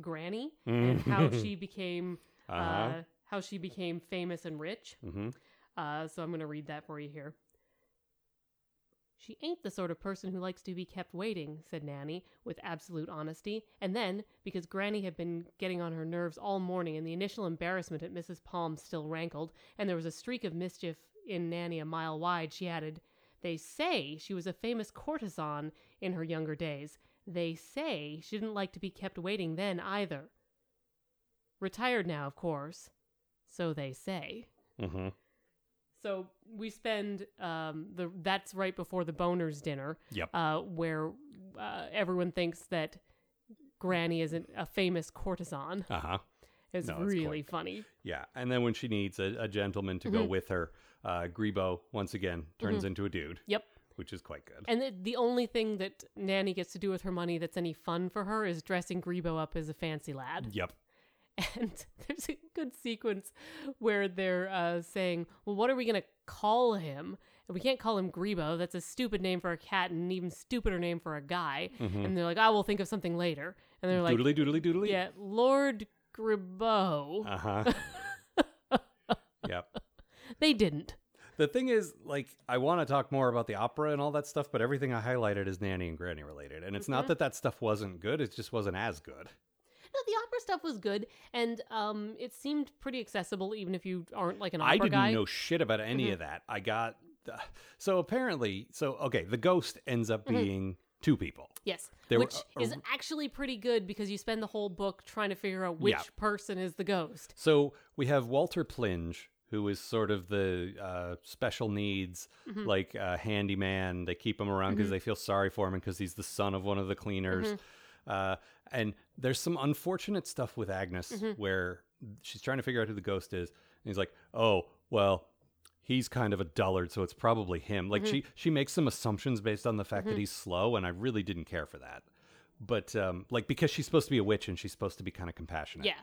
Granny and how she became uh
Uh-huh.
how she became famous and rich.
hmm
Uh, so I'm going to read that for you here. She ain't the sort of person who likes to be kept waiting, said Nanny, with absolute honesty. And then, because Granny had been getting on her nerves all morning and the initial embarrassment at Mrs. Palm still rankled, and there was a streak of mischief in Nanny a mile wide, she added, They say she was a famous courtesan in her younger days. They say she didn't like to be kept waiting then either. Retired now, of course. So they say.
hmm
So we spend um, the that's right before the boners dinner,
yep
uh, where uh, everyone thinks that Granny is an, a famous courtesan.
uh-huh
It's
No, it's
really funny.
Yeah, and then when she needs a, a gentleman to
Mm-hmm.
go with her, uh, Grebo once again turns into a dude,
Yep.
which is quite good.
And the, the only thing that Nanny gets to do with her money that's any fun for her is dressing Grebo up as a fancy lad.
yep.
And there's a good sequence where they're uh, saying, "Well, what are we going to call him?" we can't call him Grebo. That's a stupid name for a cat and an even stupider name for a guy.
Mhm.
And they're like, I will think of something later. And they're like,
doodly doodly doodly.
yeah, Lord Grebo.
Uh huh. yep.
they didn't.
The thing is, like, I want to talk more about the opera and all that stuff, but everything I highlighted is nanny and granny related. And it's
Mm-hmm.
not that that stuff wasn't good; it just wasn't as good.
No, the opera stuff was good, and um, it seemed pretty accessible, even if you aren't like an opera
I didn't
guy. Mm-hmm.
know shit about any of that. I got so apparently, so okay, the ghost ends up being two people.
Yes,
There were
Mm-hmm.
uh,
which
a-
is actually pretty good because you spend the whole book trying to figure out which
Yeah.
person is the ghost.
So we have Walter Plinge, who is sort of the uh, special needs, like uh, handyman. They keep him around because they feel sorry for him and because he's the son of one of the cleaners. Uh, and there's some unfortunate stuff with Agnes where she's trying to figure out who the ghost is. And he's like, oh, well. He's kind of a dullard, so it's probably him. Like she, she makes some assumptions based on the fact that he's slow, and I really didn't care for that. But um, like because she's supposed to be a witch and she's supposed to be kind of compassionate.
Yeah,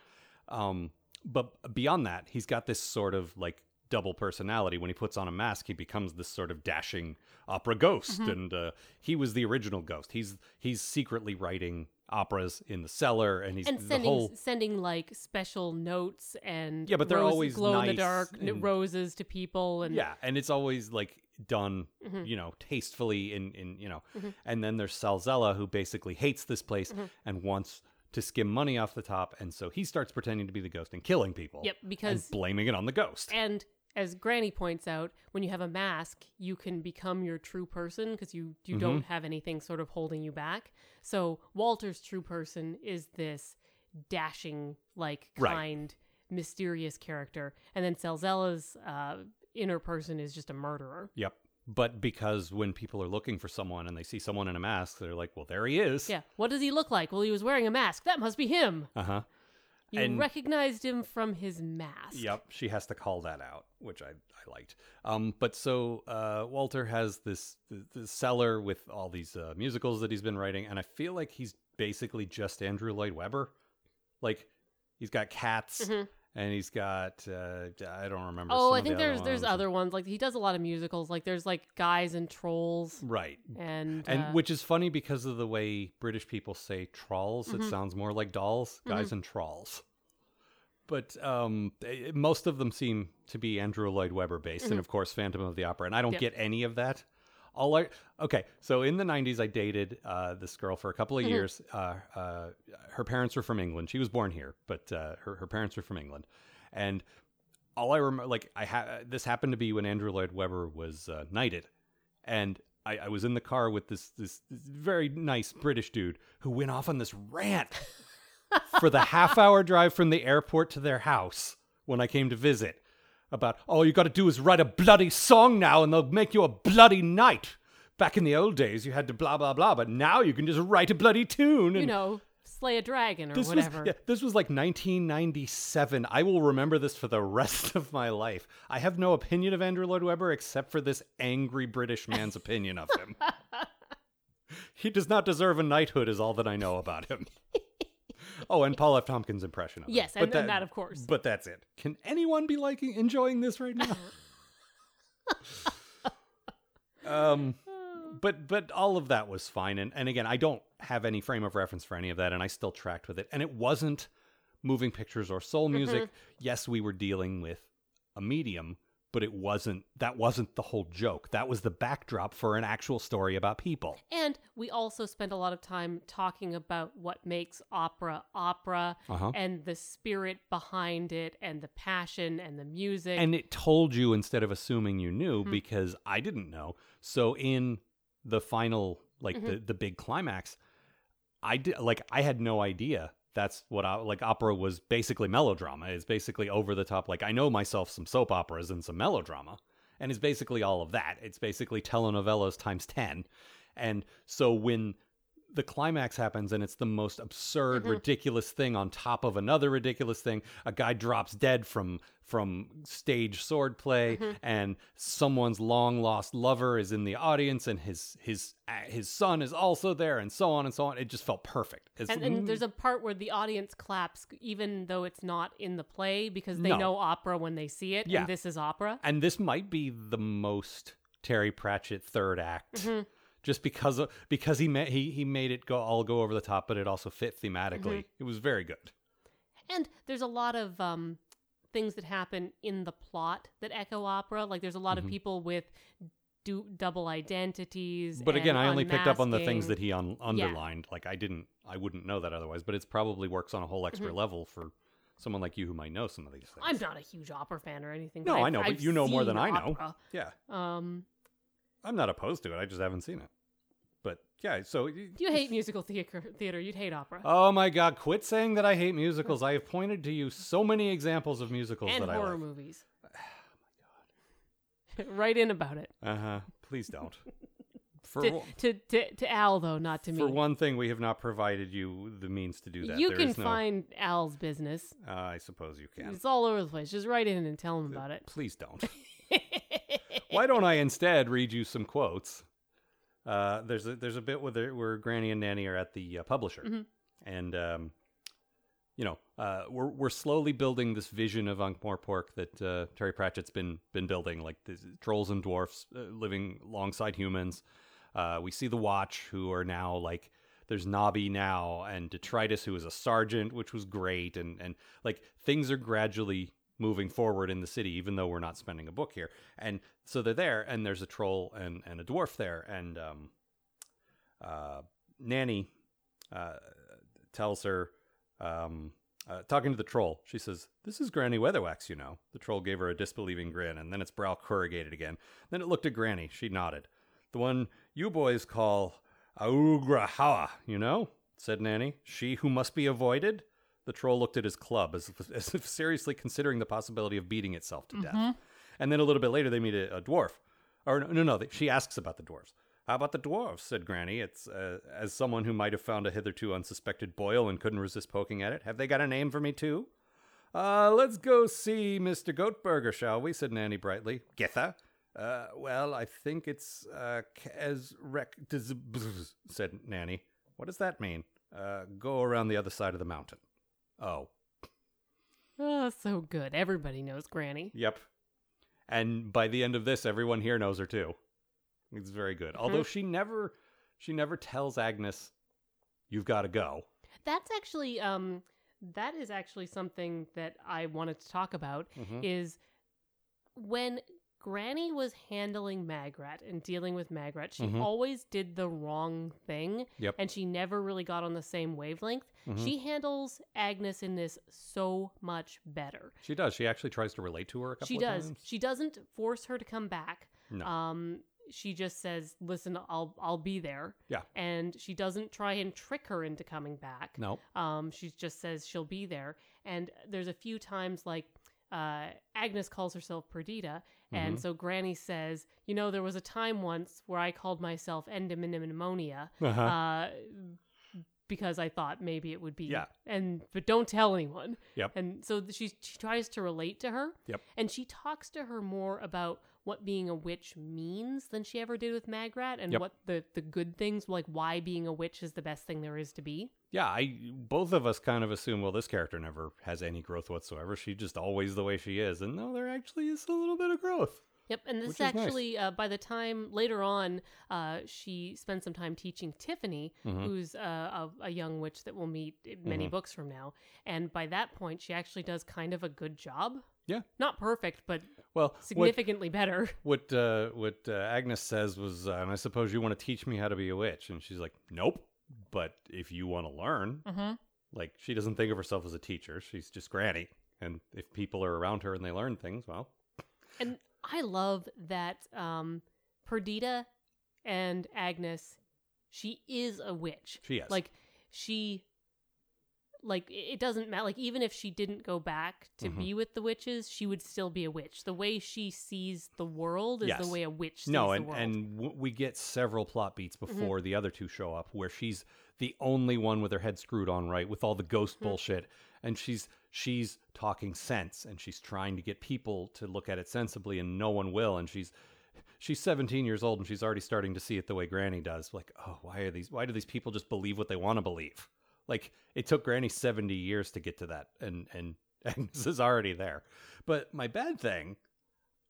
Um, but beyond that, he's got this sort of like double personality. When he puts on a mask, he becomes this sort of dashing opera ghost,
Mm-hmm.
and uh, he was the original ghost. He's he's secretly writing operas in the cellar, and he's
and
the
sending
whole
sending like special notes and
Yeah, but they're
roses-
always
glow in the
nice
dark
and-
roses to people and Mm-hmm.
yeah, and it's always like done, you know, tastefully in in you know, and then there's Salzella who basically hates this place
Mm-hmm.
and wants. To skim money off the top, and so he starts pretending to be the ghost and killing people.
Yep,
and
because-
blaming it on the ghost.
And as Granny points out, when you have a mask, you can become your true person because you you
Mm-hmm.
don't have anything sort of holding you back. So Walter's true person is this dashing, like
Right.
kind, mysterious character, and then Salzella's uh, inner person is just a murderer.
Yep. But because when people are looking for someone and they see someone in a mask, they're like, "Well, there he is."
Yeah. What does he look like? Well, he was wearing a mask. That must be him.
Uh huh.
You
And-
recognized him from his mask.
Yep. She has to call that out, which I I liked. Um. But so uh, Walter has this th- this cellar with all these uh, musicals that he's been writing, and I feel like he's basically just Andrew Lloyd Webber. Like, he's got cats. And he's got uh, I don't remember.
Mm-hmm. Oh,
some
I
of the
think
other
there's there's
ones.
other ones like he does a lot of musicals like there's like guys and trolls
right,
and
Mm. and
uh,
which is funny because of the way British people say trolls. It sounds more like dolls, guys, and trolls. But um, eh, most of them seem to be Andrew Lloyd Webber based, and of course, Phantom of the Opera. And I don't
Yep.
get any of that. All I okay, so in the '90s, I dated uh, this girl for a couple of years. Uh, uh, her parents were from England. She was born here, but uh, her her parents were from England, and all I remember, like I ha- this happened to be when Andrew Lloyd Webber was uh, knighted, and I, I was in the car with this, this this very nice British dude who went off on this rant for the half hour drive from the airport to their house when I came to visit about all you got to do is write a bloody song now and they'll make you a bloody knight. Back in the old days, you had to blah blah blah, but now you can just write a bloody tune. And
you know, slay a dragon or
this
whatever.
was yeah, this was like 1997. I will remember this for the rest of my life. I have no opinion of Andrew Lloyd Webber except for this angry British man's opinion of him. He does not deserve a knighthood, is all that I know about him. oh, and Paul F. Tompkins' impression of him.
Yes,
But
and- and that, of course.
But that's it. Can anyone be liking enjoying this right now? um but but all of that was fine and and again i don't have any frame of reference for any of that and i still tracked with it and it wasn't moving pictures or soul music yes we were dealing with a medium but it wasn't that wasn't the whole joke that was the backdrop for an actual story about people
And we also spent a lot of time talking about what makes opera opera
Uh-huh.
and the spirit behind it and the passion and the music.
and it told you instead of assuming you knew because I didn't know. So in the final, like the the big climax, I did like I had no idea. That's what I like. Opera was basically melodrama. It's basically over the top. Like I know myself some soap operas and some melodrama, and it's basically all of that. It's basically telenovelas times ten. And so when the climax happens and it's the most absurd
Mm-hmm.
ridiculous thing on top of another ridiculous thing a guy drops dead from from stage swordplay
Mm-hmm.
and someone's long lost lover is in the audience and his his uh, his son is also there and so on and so on it just felt perfect It's-
and, and there's a part where the audience claps, even though it's not in the play, because they
No.
know opera when they see it.
Yeah.
And this is opera.
and this might be the most Terry Pratchett third act.
Mm-hmm.
Just because of, because he ma- he he made it go all go over the top, but it also fit thematically.
Mm-hmm.
It was very good.
And there's a lot of um, things that happen in the plot that echo opera. Like there's a lot
Mm-hmm.
of people with du- double identities.
But again,
and
I only picked up on the things
unmasking.
that he un- underlined. Like I didn't, I wouldn't know that otherwise. But it's probably works on a whole extra level for someone like you who might know some of these things.
Mm-hmm. I'm not a huge opera fan or anything.
no,
but I've-
I know, but
I've
you know more
seen
than I know.
opera.
Yeah,
Um,
I'm not opposed to it. I just haven't seen it. But yeah, so y-
you hate musical theater. Theater, you'd hate opera
oh my god, quit saying that I hate musicals. I have pointed to you so many examples of musicals
and
that
horror
I like.
movies. Write in about it
Uh huh. Please don't. For
to,
one-
to to to Al though, not to me.
for one thing, we have not provided you the means to do that.
you
There
can
is no-
find Al's business.
Uh, I suppose you can.
It's all over the place. Just write in and tell him about it.
Please don't. Why don't I instead read you some quotes? Uh, there's a, there's a bit where they're- where Granny and Nanny are at the uh, publisher, and um, you know uh, we're we're slowly building this vision of Ankh-Morpork that uh, Terry Pratchett's been been building, like the trolls and dwarfs uh, living alongside humans. Uh, we see the Watch, who are now like there's Nobby now, and Detritus, who is a sergeant, which was great, and and like things are gradually moving forward in the city, even though we're not spending a book here. And so they're there, and there's a troll and and a dwarf there, and um, uh, Nanny uh, tells her, um, uh, talking to the troll, she says, This is Granny Weatherwax, you know. The troll gave her a disbelieving grin, and then its brow corrugated again. Then it looked at Granny. She nodded. The one you boys call Augrahawa, you know? said Nanny. She who must be avoided? The troll looked at his club as if, as if seriously considering the possibility of beating itself to death. And then a little bit later, they meet a, a dwarf. Or no, no, no, they- she asks about the dwarves. How about the dwarves? said Granny. It's uh, as someone who might have found a hitherto unsuspected boil and couldn't resist poking at it. Have they got a name for me too? Uh, let's go see Mr. Goatberger, shall we? said Nanny brightly. Githa? Uh, well, I think it's, uh, Kazrek, said Nanny. What does that mean? Uh, go around the other side of the mountain. Oh,
Oh, so good. Everybody knows Granny.
yep. And by the end of this, everyone here knows her too. It's very good.
Mm-hmm.
Although she never, she never tells Agnes, "You've got to go."
That's actually um that is actually something that I wanted to talk about
Mm-hmm.
is when Granny was handling Magrat and dealing with Magrat, she
Mhm.
always did the wrong thing
Yep.
and she never really got on the same wavelength.
Mhm.
She handles Agnes in this so much better.
She does. She actually tries to relate to her a couple
She
of
does.
times.
She doesn't force her to come back.
No.
Um, she just says, "Listen, I'll I'll be there."
Yeah.
And she doesn't try and trick her into coming back.
No.
Um, she just says she'll be there. And there's a few times like uh, Agnes calls herself Perdita,
Mm-hmm.
and so Granny says, "You know, there was a time once where I called myself Endomnemonia."
Uh-huh.
Uh, because I thought maybe it would be
Yeah.
and but don't tell anyone.
Yep.
And so th- she she tries to relate to her.
Yep.
And she talks to her more about what being a witch means than she ever did with Magrat and
Yep.
what the the good things like why being a witch is the best thing there is to be.
yeah, I both of us kind of assume well this character never has any growth whatsoever. She just always the way she is. And no, there actually is a little bit of growth.
Yep, and this
Which
is
is nice.
actually uh, by the time later on, uh, she spends some time teaching Tiffany,
Mm-hmm.
who's uh, a, a young witch that we'll meet many books from now. And by that point, she actually does kind of a good job.
Yeah.
Not perfect, but
Well, what
significantly better.
what uh, what uh, Agnes says was, uh, and I suppose you want to teach me how to be a witch, and she's like, nope. But if you want to learn,
Mhm.
like she doesn't think of herself as a teacher; she's just Granny. And if people are around her and they learn things, well,
And I love that um, Perdita and Agnes, she is a witch.
She is.
Like, she, like, it it doesn't matter. Like, even if she didn't go back to
Mm-hmm.
be with the witches, she would still be a witch. The way she sees the world is
Yes.
the way a witch sees
no,
the
and
world. Mm-hmm.
and w- we get several plot beats before the other two show up, where she's the only one with her head screwed on right, with all the ghost
Mm-hmm.
bullshit, and she's she's talking sense, and she's trying to get people to look at it sensibly, and no one will, and she's she's 17 years old and she's already starting to see it the way granny does like oh why are these why do these people just believe what they want to believe like it took granny 70 years to get to that and and agnes is already there but my bad thing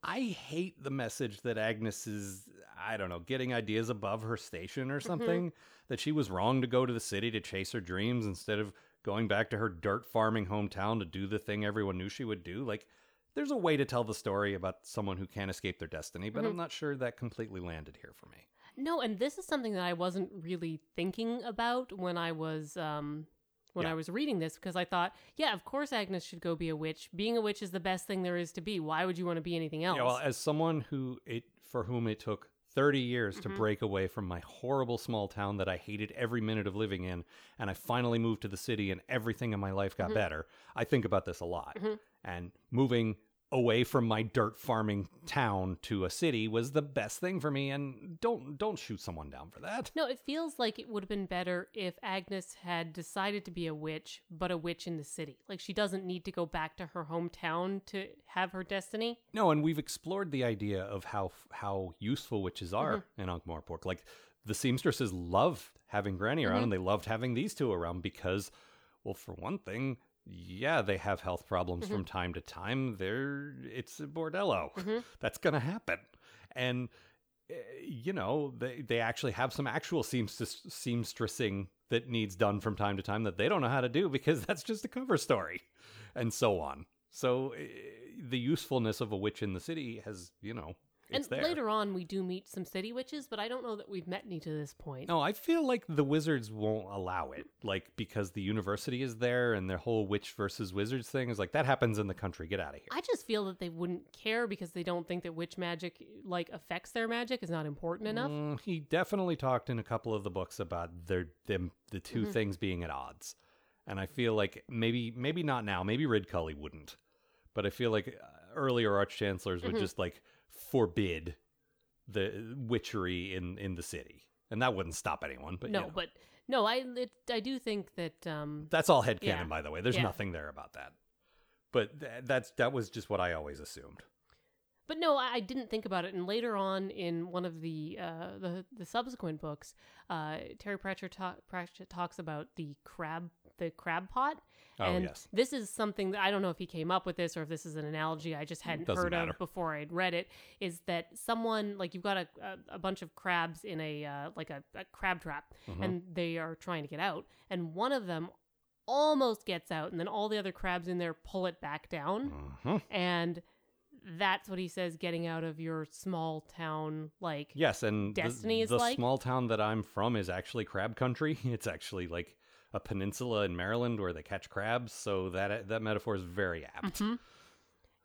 I hate the message that Agnes is, I don't know, getting ideas above her station or something, that she was wrong to go to the city to chase her dreams instead of going back to her dirt farming hometown to do the thing everyone knew she would do. Like, there's a way to tell the story about someone who can't escape their destiny, but I'm not sure that completely landed here for me.
No, and this is something that I wasn't really thinking about when I was um when
Yeah.
I was reading this because I thought, yeah, of course Agnes should go be a witch. Being a witch is the best thing there is to be. Why would you want to be anything else?
Yeah, well, as someone who it for whom it took 30 years to break away from my horrible small town that I hated every minute of living in, and I finally moved to the city and everything in my life got better, I think about this a lot. And moving away from my dirt farming town to a city was the best thing for me and don't don't shoot someone down for that.
no, it feels like it would have been better if Agnes had decided to be a witch, but a witch in the city. Like she doesn't need to go back to her hometown to have her destiny.
No, and we've explored the idea of how how useful witches are in Ankh-Morpork. Like the seamstresses loved having Granny around,
Mm-hmm.
and they loved having these two around because, well, for one thing, yeah, they have health problems
Mm-hmm.
from time to time. They're it's a bordello.
Mm-hmm.
That's gonna happen, and eh, you know they they actually have some actual seamstress seamstressing that needs done from time to time that they don't know how to do because that's just a cover story and so on. So eh, the usefulness of a witch in the city has, you know, it's
And
there.
later on we do meet some city witches, but I don't know that we've met any to this point.
no, I feel like the wizards won't allow it, like because the university is there and their whole witch versus wizards thing is like that happens in the country. Get out of here.
I just feel that they wouldn't care because they don't think that witch magic like affects their magic is not important enough.
Mm, he definitely talked in a couple of the books about their them the 2
Mm-hmm.
things being at odds, and I feel like maybe maybe not now. Maybe Rid Cully wouldn't, but I feel like uh, earlier arch chancellors
Mm-hmm.
would just like forbid the uh, witchery in in the city, and that wouldn't stop anyone. But you
no,
know.
but no, I it, I do think that um
that's all headcanon,
Yeah.
by the way. There's
Yeah.
nothing there about that. But th- that's that was just what I always assumed.
but no, I, I didn't think about it. And later on in one of the uh the, the subsequent books, uh Terry Pratchett, ta- Pratchett talks about the crab the crab pot.
Oh,
and
yes.
this is something that I don't know if he came up with this or if this is an analogy I just hadn't
Doesn't
heard
matter.
of before I'd read it. Is that someone like you've got a a, a bunch of crabs in a uh, like a, a crab trap,
Mm-hmm.
and they are trying to get out, and one of them almost gets out, and then all the other crabs in there pull it back down,
hmm
and that's what he says getting out of your small town like
Yes, and the-
Destiny
the,
is like-
small town that I'm from is actually crab country. It's actually like a peninsula in Maryland where they catch crabs. So that that metaphor is very apt.
Mm-hmm.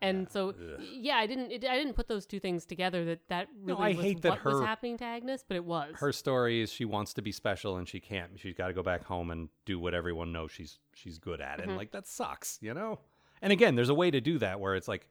and so yeah i didn't it, i didn't put those two things together that that really
I
was
hate
what
that
was
her-
happening to agnes but it was
Her story is she wants to be special and she can't. She's got to go back home and do what everyone knows she's she's good at,
Mm-hmm.
and like that sucks, you know. And again, there's a way to do that where it's like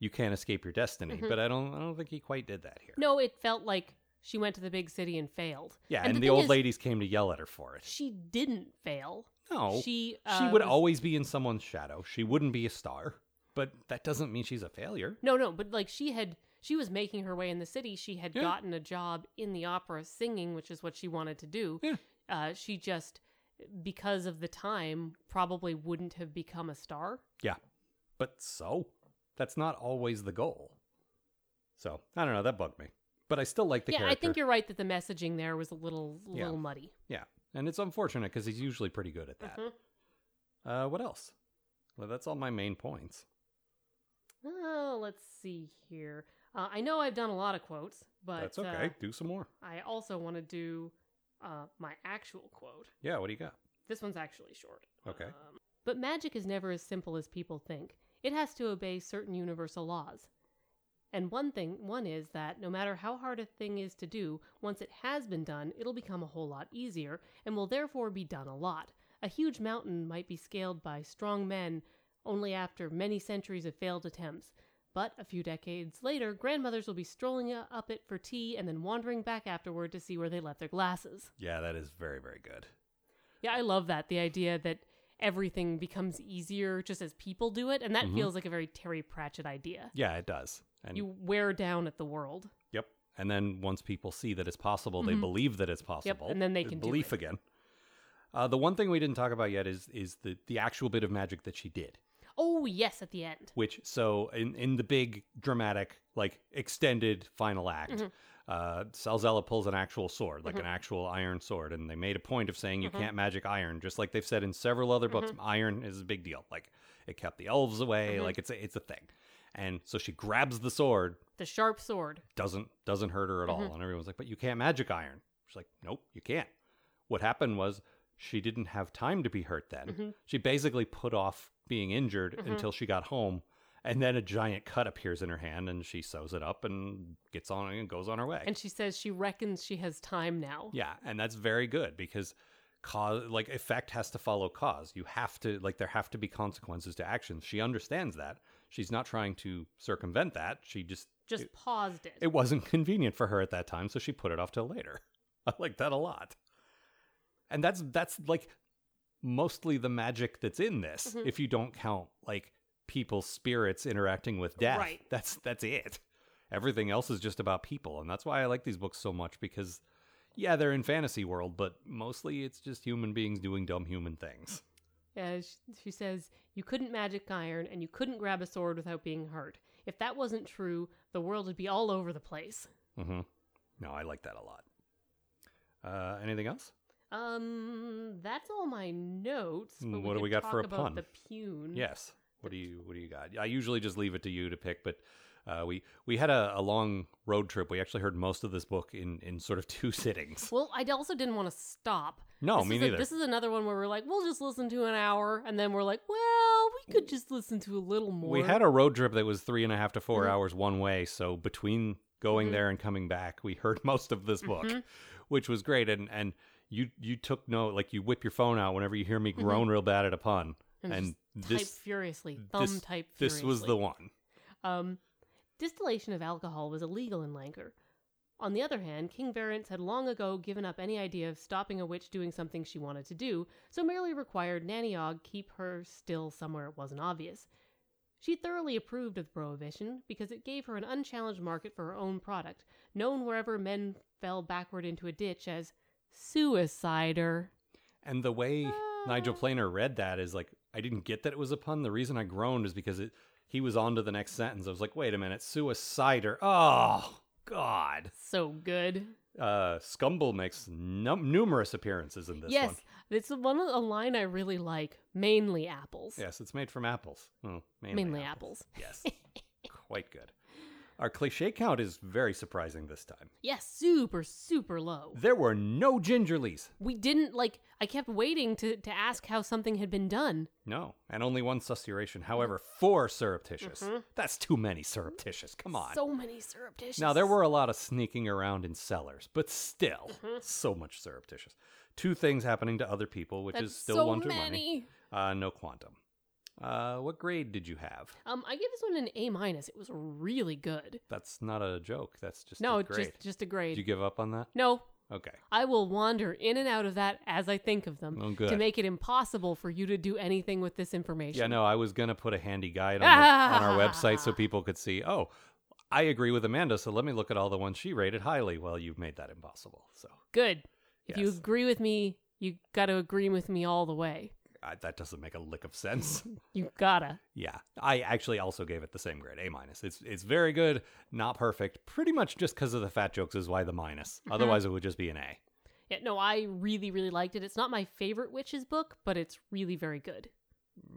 you can't escape your destiny,
Mm-hmm.
but I don't I don't think he quite did that here.
No, it felt like she went to the big city and failed.
Yeah, and, the,
thing
old
is,
ladies came to yell at her for it.
She didn't fail.
No, she,
She uh,
would
was-
always be in someone's shadow. She wouldn't be a star, but that doesn't mean she's a failure.
No, no, but like she had she was making her way in the city. She had
Yeah.
gotten a job in the opera singing, which is what she wanted to do.
Yeah.
Uh, she just because of the time probably wouldn't have become a star.
Yeah, but so that's not always the goal. So I don't know. That bugged me, but I still like the
yeah,
character.
I think you're right that the messaging there was a little
Yeah.
little muddy.
Yeah, and it's unfortunate because he's usually pretty good at that.
Mhm.
Uh, what else? Well, that's all my main points.
Oh, let's see here. Uh, I know I've done a lot of quotes, but
that's
uh,
okay. do some more.
I also want to do uh, my actual quote.
Yeah. What do you got?
This one's actually short.
Okay.
Um, but magic is never as simple as people think. It has to obey certain universal laws. And one thing, one is that no matter how hard a thing is to do, once it has been done, it'll become a whole lot easier and will therefore be done a lot. A huge mountain might be scaled by strong men only after many centuries of failed attempts. But a few decades later, grandmothers will be strolling uh, up it for tea and then wandering back afterward to see where they left their glasses.
Yeah, that is very very good.
Yeah, I love that. The idea that everything becomes easier just as people do it. And that feels like a very Terry Pratchett idea.
Yeah, it does. Mm-hmm. And
You wear down at the world.
yep. And then once people see that it's possible, they believe that it's possible.
Mm-hmm. and then they
The
can do
belief
it.
again. Uh, the one thing we didn't talk about yet is is the the actual bit of magic that she did.
Oh, yes, at the end.
which so in in the big dramatic like extended final act
Mm-hmm.
uh salzella pulls an actual sword like an actual iron sword and they made a point of saying
Mm-hmm.
you can't magic iron just like they've said in several other books iron is a big deal like it kept the elves away
Mm-hmm.
like it's a, it's a thing and so she grabs the sword
The sharp sword.
doesn't doesn't hurt her at
Mm-hmm.
all and everyone's like but you can't magic iron she's like nope you can't what happened was she didn't have time to be hurt then
Mm-hmm.
she basically put off being injured until she got home and then a giant cut appears in her hand and she sews it up and gets on and goes on her way
And she says she reckons she has time now.
yeah and that's very good because cause like effect has to follow cause you have to like there have to be consequences to actions she understands that she's not trying to circumvent that she just
Just paused it.
it wasn't convenient for her at that time, so she put it off till later. I like that a lot. And that's that's like mostly the magic that's in this. If you don't count like people's spirits interacting with death,
Right.
that's that's it. Everything else is just about people, and that's why I like these books so much because yeah, they're in fantasy world, but mostly it's just human beings doing dumb human things.
Yeah, she, she says, You couldn't magic iron and you couldn't grab a sword without being hurt. If that wasn't true, the world would be all over the place.
Mhm. No, I like that a lot. Uh, anything else?
Um, that's all my notes. but
Hmm, what do
could
we got for
talk
a
about
pun?
The pune.
Yes. What do you What do you got? I usually just leave it to you to pick, but uh, we we had a, a long road trip. We actually heard most of this book in in sort of two sittings.
Well, I d- also didn't want to stop.
No,
this
Oh, me
is a-
neither.
this is another one where we're like, we'll just listen to an hour, and then we're like, well, we could just listen to a little more. Mm-hmm.
We had a road trip that was three and a half to 4 hours one way. So between going there and coming back, we heard most of this book,
Mm-hmm.
which was great. And and you you took note, like you whip your phone out whenever you hear me groan real bad at a pun.
Mm-hmm. And
And,
type
this
furiously, thumb
this,
type
this
furiously.
was the one.
Um, distillation of alcohol was illegal in Lanker. On the other hand, King Varence had long ago given up any idea of stopping a witch doing something she wanted to do, so merely required Naniog keep her still somewhere it wasn't obvious. She thoroughly approved of prohibition because it gave her an unchallenged market for her own product, known wherever men fell backward into a ditch as suicider.
And the way Nigel
Ah.
Planer read that is like, I didn't get that it was a pun. The reason I groaned is because it, he was on to the next sentence. I was like, wait a minute, suicider. Oh, God.
So good.
Uh, Scumble makes num- numerous appearances in this
yes,
one.
it's one a line I really like. Mainly apples.
Yes, it's made from apples. Well, mainly,
Mainly
apples. yes. Quite good. Our cliche count is very surprising this time.
Yes, super, super low.
There were no gingerlies.
We didn't like. I kept waiting to to ask how something had been done.
No, and only one susurration. However, four surreptitious.
Mm-hmm.
That's too many surreptitious. Come on.
So many surreptitious.
Now, there were a lot of sneaking around in cellars, but still,
Mm-hmm.
so much surreptitious. Two things happening to other people, which
That's
is still
so
one too many.
many.
Uh, no quantum. Uh, what grade did you have?
Um, I gave this one an A minus. It was really good.
That's not a joke. That's just
No,
a grade.
just just a
Did
grade.
you give up on that?
no,
Okay.
I will wander in and out of that as I think of them
Oh, good.
to make it impossible for you to do anything with this information.
Yeah, no, I was gonna put a handy guide on, the- on our website so
Ah.
people could see. Oh, I agree with Amanda, so let me look at all the ones she rated highly. Well, you've made that impossible. So
Good. If you
Yes.
agree with me, you got to agree with me all the way.
uh, that doesn't make a lick of sense.
You gotta.
Yeah, I actually also gave it the same grade, A minus. It's it's very good, not perfect. Pretty much just because of the fat jokes is why the minus. Otherwise, it would just be an A.
Yeah, no, I really, really liked it. It's not my favorite witches book, but it's really very good.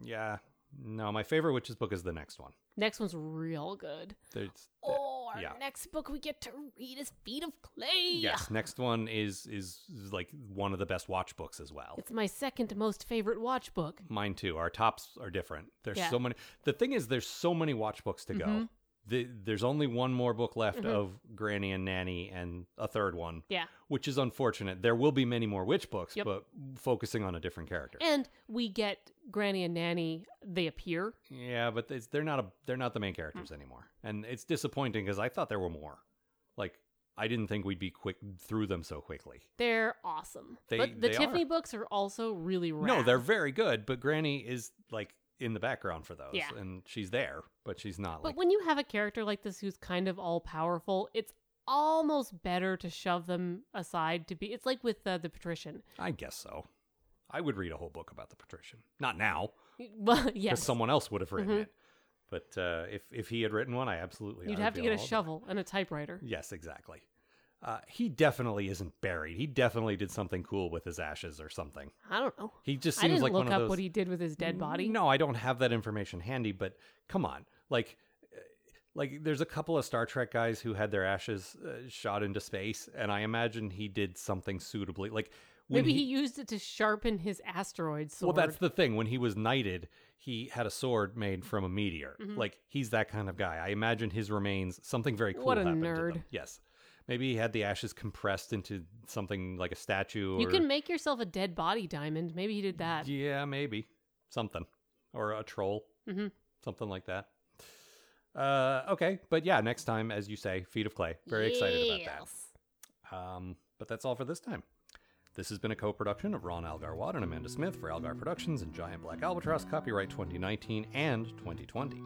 Yeah, no, my favorite witches book is the next one.
Next one's real good.
There's,
Oh, our
yeah.
next book we get to read is Feet of Clay.
Yes, next one is is like one of the best watch books as well.
It's my second most favorite watch book.
Mine too. Our tops are different. There's
Yeah. Mm-hmm.
so many. The thing is, there's so many watch books to go. The, there's only one more book left of Granny and Nanny, and a third one,
Yeah.
which is unfortunate. There will be many more witch books,
Yep.
but focusing on a different character.
And we get Granny and Nanny, they appear.
Yeah, but it's, they're not a they're not the
Mm-hmm.
main characters anymore, and it's disappointing because I thought there were more. Like I didn't think we'd be quick through them so quickly.
They're awesome.
They-
but the
they
Tiffany
are.
books are also really rad.
No, they're very good, but Granny is like in the background for those,
Yeah.
and she's there, but she's not.
But
Like
when you have a character like this who's kind of all powerful, it's almost better to shove them aside to be it's like with uh, the patrician
I guess so. I would read a whole book about the patrician. Not now.
Well,
because
yes. Mm-hmm.
someone else would have written it. But uh, if if he had written one, I absolutely
You'd
I'd
have to
be
get a
all-
shovel and a typewriter.
Yes, exactly. Uh, he definitely isn't buried. He definitely did something cool with his ashes or something.
I don't know.
He just
I
seems
didn't
like
look up
one of those.
what he did with his dead body.
No, I don't have that information handy, but come on. Like uh, like there's a couple of Star Trek guys who had their ashes uh, shot into space and I imagine he did something suitably. Like when
Maybe he, used it to sharpen his asteroid sword.
Well, that's the thing. When he was knighted, he had a sword made from a meteor.
Mm-hmm.
Like he's that kind of guy. I imagine his remains something very cool
What a
happened to
nerd.
them. Yes. Maybe he had the ashes compressed into something like a statue or
you can make yourself a dead body diamond. Maybe he did that.
Yeah, maybe. Something. Or a troll.
Mhm.
Something like that. Uh, okay. But yeah, next time, as you say, feet of clay. Very excited about
Yes.
that. Um, but that's all for this time. This has been a co production of Ron Algar Watt and Amanda Smith for Algar Productions and Giant Black Albatross, copyright 2019 and 2020.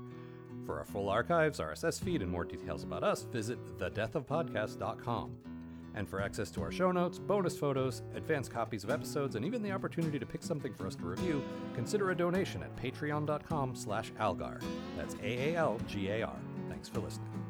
For our full archives, RSS feed, and more details about us, visit thedeathofpodcast.com. And for access to our show notes, bonus photos, advanced copies of episodes, and even the opportunity to pick something for us to review, consider a donation at patreon.com slash algar. That's A-A-L-G-A-R. Thanks for listening.